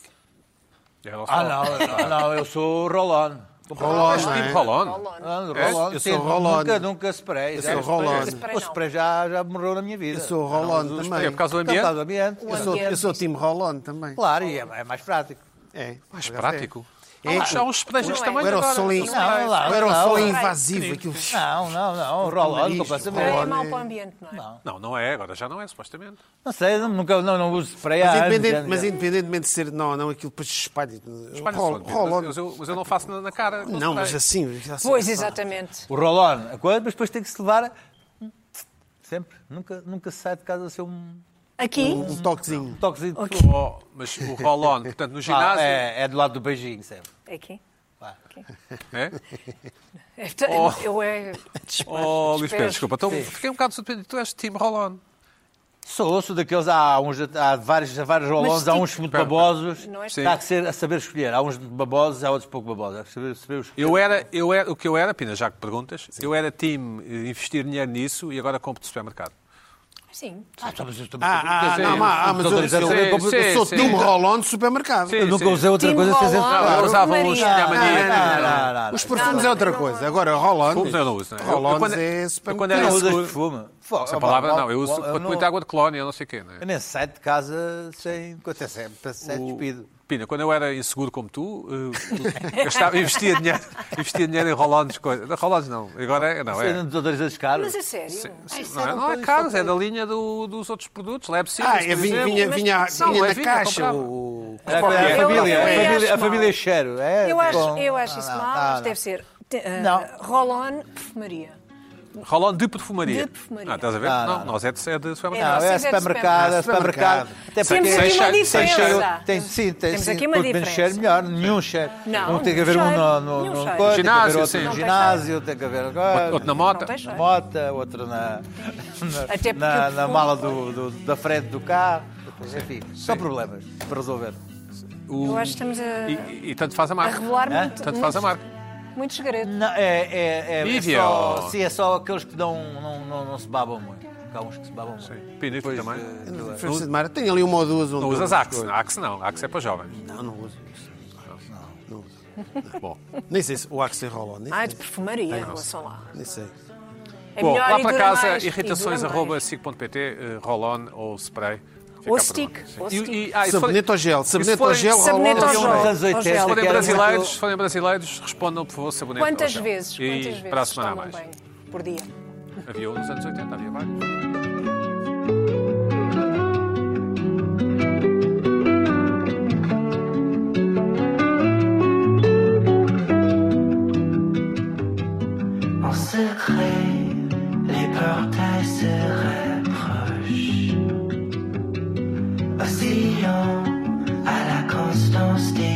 Speaker 1: É, elas
Speaker 3: Ah,
Speaker 1: falam.
Speaker 3: não, não, eu sou roll-on.
Speaker 2: Roll-on,
Speaker 1: Este
Speaker 2: não é?
Speaker 1: tipo rolon.
Speaker 4: Rolona.
Speaker 3: Ah, do
Speaker 1: É?
Speaker 3: roll-on.
Speaker 2: Eu sou
Speaker 3: Sim,
Speaker 2: roll-on.
Speaker 3: Nunca, nunca spray.
Speaker 2: Eu
Speaker 3: já.
Speaker 2: sou roll-on.
Speaker 4: Spray
Speaker 3: O
Speaker 4: não.
Speaker 3: spray já, já morreu na minha vida.
Speaker 2: Eu sou roll-on
Speaker 3: Não, mas o
Speaker 2: também.
Speaker 3: spray
Speaker 1: É por causa do
Speaker 3: Por causa
Speaker 1: ambiente?
Speaker 3: do ambiente.
Speaker 2: Eu sou, eu sou time roll-on também.
Speaker 3: Claro, e é, é mais prático.
Speaker 2: É.
Speaker 1: Mais
Speaker 2: Olha,
Speaker 1: prático.
Speaker 2: É.
Speaker 1: Ah, já há uns sprays
Speaker 4: Não
Speaker 1: deste
Speaker 4: é.
Speaker 1: tamanho
Speaker 2: O aerosol
Speaker 1: agora.
Speaker 2: é,
Speaker 1: Uns
Speaker 2: não,
Speaker 1: sprays.
Speaker 3: lá.
Speaker 2: o aerosol é
Speaker 3: Não.
Speaker 2: invasivo. Aquilo...
Speaker 3: Não, não, não.
Speaker 2: nariz,
Speaker 3: Roll-on
Speaker 4: Não é
Speaker 3: completamente.
Speaker 2: roll-on.
Speaker 4: mau para o ambiente, não é?
Speaker 1: Não, não é, agora já não é, supostamente.
Speaker 3: Não sei, não- nunca não, não uso spray há
Speaker 2: Mas,
Speaker 3: anos,
Speaker 2: independente,
Speaker 3: anos,
Speaker 2: mas
Speaker 3: anos.
Speaker 2: independentemente de ser não ou não, aquilo depois se espalha.
Speaker 1: Espalha-se
Speaker 2: Roll-
Speaker 1: todo.
Speaker 2: Roll-on.
Speaker 1: mas, eu, mas eu não faço na, na cara. com
Speaker 2: Não, mas
Speaker 1: spray.
Speaker 2: assim. já sei.
Speaker 4: Pois, exatamente.
Speaker 3: O roll-on, a coisa, mas depois tem que se levar... Sempre. Nunca, nunca se sai de casa sem um
Speaker 4: Aqui,
Speaker 2: Um toquezinho.
Speaker 3: toquezinho. de
Speaker 1: Oh, mas o roll-on, portanto, no
Speaker 3: Ah,
Speaker 1: ginásio.
Speaker 3: é, é do lado do beijinho, sempre.
Speaker 4: aqui.
Speaker 1: é?
Speaker 4: É, portanto,
Speaker 1: Oh.
Speaker 4: Eu é...
Speaker 1: Oh, Luís Pedro,
Speaker 4: Espera.
Speaker 1: desculpa. Então, fiquei um bocado surpreendido. Tu és time roll-on.
Speaker 3: Sou, sou daqueles, há, uns, há vários, há vários rolões, há uns muito babosos,
Speaker 4: Não é
Speaker 1: Sim.
Speaker 3: há que ser, a saber escolher. Há uns muito babosos, há outros pouco babosos. Há que saber, saber escolher.
Speaker 1: Eu era, eu era, o que eu era, apenas já que perguntas, eu era time eh, investir dinheiro nisso e agora compro de supermercado.
Speaker 4: Sim.
Speaker 3: Ah, tá, mas eu também-
Speaker 2: Ah, ah,
Speaker 1: Sim.
Speaker 2: não, mas, ah, mas eu,
Speaker 3: Sim,
Speaker 2: eu- eu- eu- eu sou
Speaker 1: sim,
Speaker 2: time
Speaker 1: sim.
Speaker 2: roll-on de supermercado.
Speaker 1: Sim,
Speaker 3: eu nunca usei outra
Speaker 4: Tim
Speaker 3: coisa é sem ser...
Speaker 4: Roland,
Speaker 1: Não, eu
Speaker 4: Roland
Speaker 1: usava uns
Speaker 4: Maria.
Speaker 1: tinha a mania.
Speaker 2: Não, não, não,
Speaker 3: não, não, não.
Speaker 2: Os perfumes é outra coisa. Agora, roll-on.
Speaker 1: Perfumes eu não uso, não é? Eu- eu
Speaker 2: Roll-on
Speaker 1: quando-
Speaker 2: é
Speaker 1: eu quando
Speaker 2: supermercado.
Speaker 1: era-
Speaker 3: Não usas
Speaker 1: seguro.
Speaker 3: perfume.
Speaker 1: Essa palavra não, eu uso para muita água de colónia, eu não sei o quê, não é?
Speaker 3: Eu nem saio de casa sem... Até sempre, sem despido.
Speaker 1: Pina, quando eu era inseguro como tu, eh, gastava, investia, dinheiro, investia dinheiro em roll-ons, coisas. Roll-ons não, agora é, não
Speaker 3: Você
Speaker 1: é.
Speaker 3: não desodoriza os caros?
Speaker 4: Mas a sério.
Speaker 1: Não é, não é caros, é da linha do- dos outros produtos, Lab Series,
Speaker 2: Ah,
Speaker 1: por
Speaker 2: eu vinha,
Speaker 1: exemplo.
Speaker 2: vinha,
Speaker 4: mas
Speaker 2: vinha,
Speaker 1: são,
Speaker 2: vinha
Speaker 1: é
Speaker 2: na
Speaker 1: vinha,
Speaker 2: caixa.
Speaker 1: comprava. É
Speaker 2: o- É,
Speaker 3: Era É, a coisa- a
Speaker 4: Eu-
Speaker 3: família,
Speaker 4: eu
Speaker 3: a
Speaker 4: acho
Speaker 3: família, a
Speaker 4: mal.
Speaker 3: família cheiro. É,
Speaker 4: Eu acho,
Speaker 3: bom.
Speaker 4: eu acho isso
Speaker 3: Não, não,
Speaker 4: mal,
Speaker 3: não,
Speaker 4: mas
Speaker 3: não.
Speaker 4: deve ser te- eh,
Speaker 3: Não.
Speaker 4: Roll-on, perfumaria.
Speaker 1: Roll-on de perfumaria.
Speaker 4: De perfumaria.
Speaker 1: Ah, estás a ver?
Speaker 3: Ah,
Speaker 1: não,
Speaker 3: não.
Speaker 1: nós é de, é de supermercado.
Speaker 3: Não,
Speaker 4: Vocês
Speaker 3: é
Speaker 4: é de
Speaker 3: supermercado, é supermercado.
Speaker 2: supermercado.
Speaker 3: Até é
Speaker 4: Temos
Speaker 1: aqui uma
Speaker 3: tem
Speaker 1: diferença.
Speaker 3: cheiro- tem- sim, tem,
Speaker 4: Temos
Speaker 3: sim,
Speaker 4: aqui uma
Speaker 3: quanto menos
Speaker 4: diferença.
Speaker 3: cheiro, melhor. Nenhum cheiro.
Speaker 4: Não,
Speaker 3: tem que haver
Speaker 4: nenhum
Speaker 3: um no,
Speaker 4: cheiro,
Speaker 3: no,
Speaker 4: nenhum
Speaker 3: no coisa, tem
Speaker 4: cheiro.
Speaker 3: que haver
Speaker 1: Ginásio,
Speaker 3: outro
Speaker 1: sim.
Speaker 3: no
Speaker 1: Não tem
Speaker 3: ginásio, tem que haver agora.
Speaker 1: Outro na mota.
Speaker 4: É, Não tem cheiro.
Speaker 3: na mota, outro na,
Speaker 4: Até porque
Speaker 3: na,
Speaker 4: o
Speaker 3: na
Speaker 4: fumo-
Speaker 3: mala do, do- da frente do carro. Enfim, são problemas para resolver.
Speaker 1: O-
Speaker 4: Eu acho que estamos a,
Speaker 1: E, e tanto faz a
Speaker 4: a
Speaker 1: marca.
Speaker 4: revelar
Speaker 3: Hã?
Speaker 4: muito,
Speaker 1: Tanto
Speaker 4: muito-
Speaker 1: faz a marca.
Speaker 4: muitos, muito segredo.
Speaker 3: Não, é, é, é, é
Speaker 1: Vídeo.
Speaker 3: só, sim, é só aqueles que não, não, não, não se babam muito. Porque há uns que se babam muito.
Speaker 1: Pinito também.
Speaker 2: Francisco de Mara tem ali uma ou duas onde
Speaker 1: Não
Speaker 2: eu
Speaker 1: usas
Speaker 2: gosto.
Speaker 1: Axe. Axe não. Axe é para jovens.
Speaker 2: Não, não uso isso. Não uso.
Speaker 1: Bom.
Speaker 2: Nem sei se o Axe tem rolão. Nem,
Speaker 4: Ah, de
Speaker 2: sei.
Speaker 4: perfumaria, em relação lá.
Speaker 2: nem sei.
Speaker 4: É
Speaker 1: Bom,
Speaker 4: melhor
Speaker 1: lá
Speaker 4: e
Speaker 1: para
Speaker 4: dura
Speaker 1: casa,
Speaker 4: mais, e dura mais.
Speaker 1: irritações.sic.pt, roll-on eh, ou spray. Fica
Speaker 4: Ou
Speaker 1: a
Speaker 4: stick,
Speaker 1: pergunta.
Speaker 4: ou
Speaker 1: E-
Speaker 4: stick.
Speaker 1: e- ah, e se forem-
Speaker 2: Sabonete ou gel?
Speaker 1: e se
Speaker 2: Sabonete ou
Speaker 1: forem-
Speaker 2: gel?
Speaker 4: Sabonete
Speaker 2: rolão
Speaker 4: ao
Speaker 2: ou
Speaker 4: gel.
Speaker 2: gel?
Speaker 3: anos 80
Speaker 4: Ao gel.
Speaker 1: Se forem
Speaker 3: que era
Speaker 1: brasileiros,
Speaker 3: muito-
Speaker 1: se forem brasileiros, respondam, por favor, sabonete
Speaker 4: Quantas
Speaker 1: ou gel. E
Speaker 4: vezes? Quantas
Speaker 1: para a
Speaker 4: vezes
Speaker 1: semana há
Speaker 4: tomam
Speaker 1: mais.
Speaker 4: banho por dia?
Speaker 1: Havia um nos anos 80, havia vários.
Speaker 9: En secret, les portails se rapprochent, oscillant à la constance des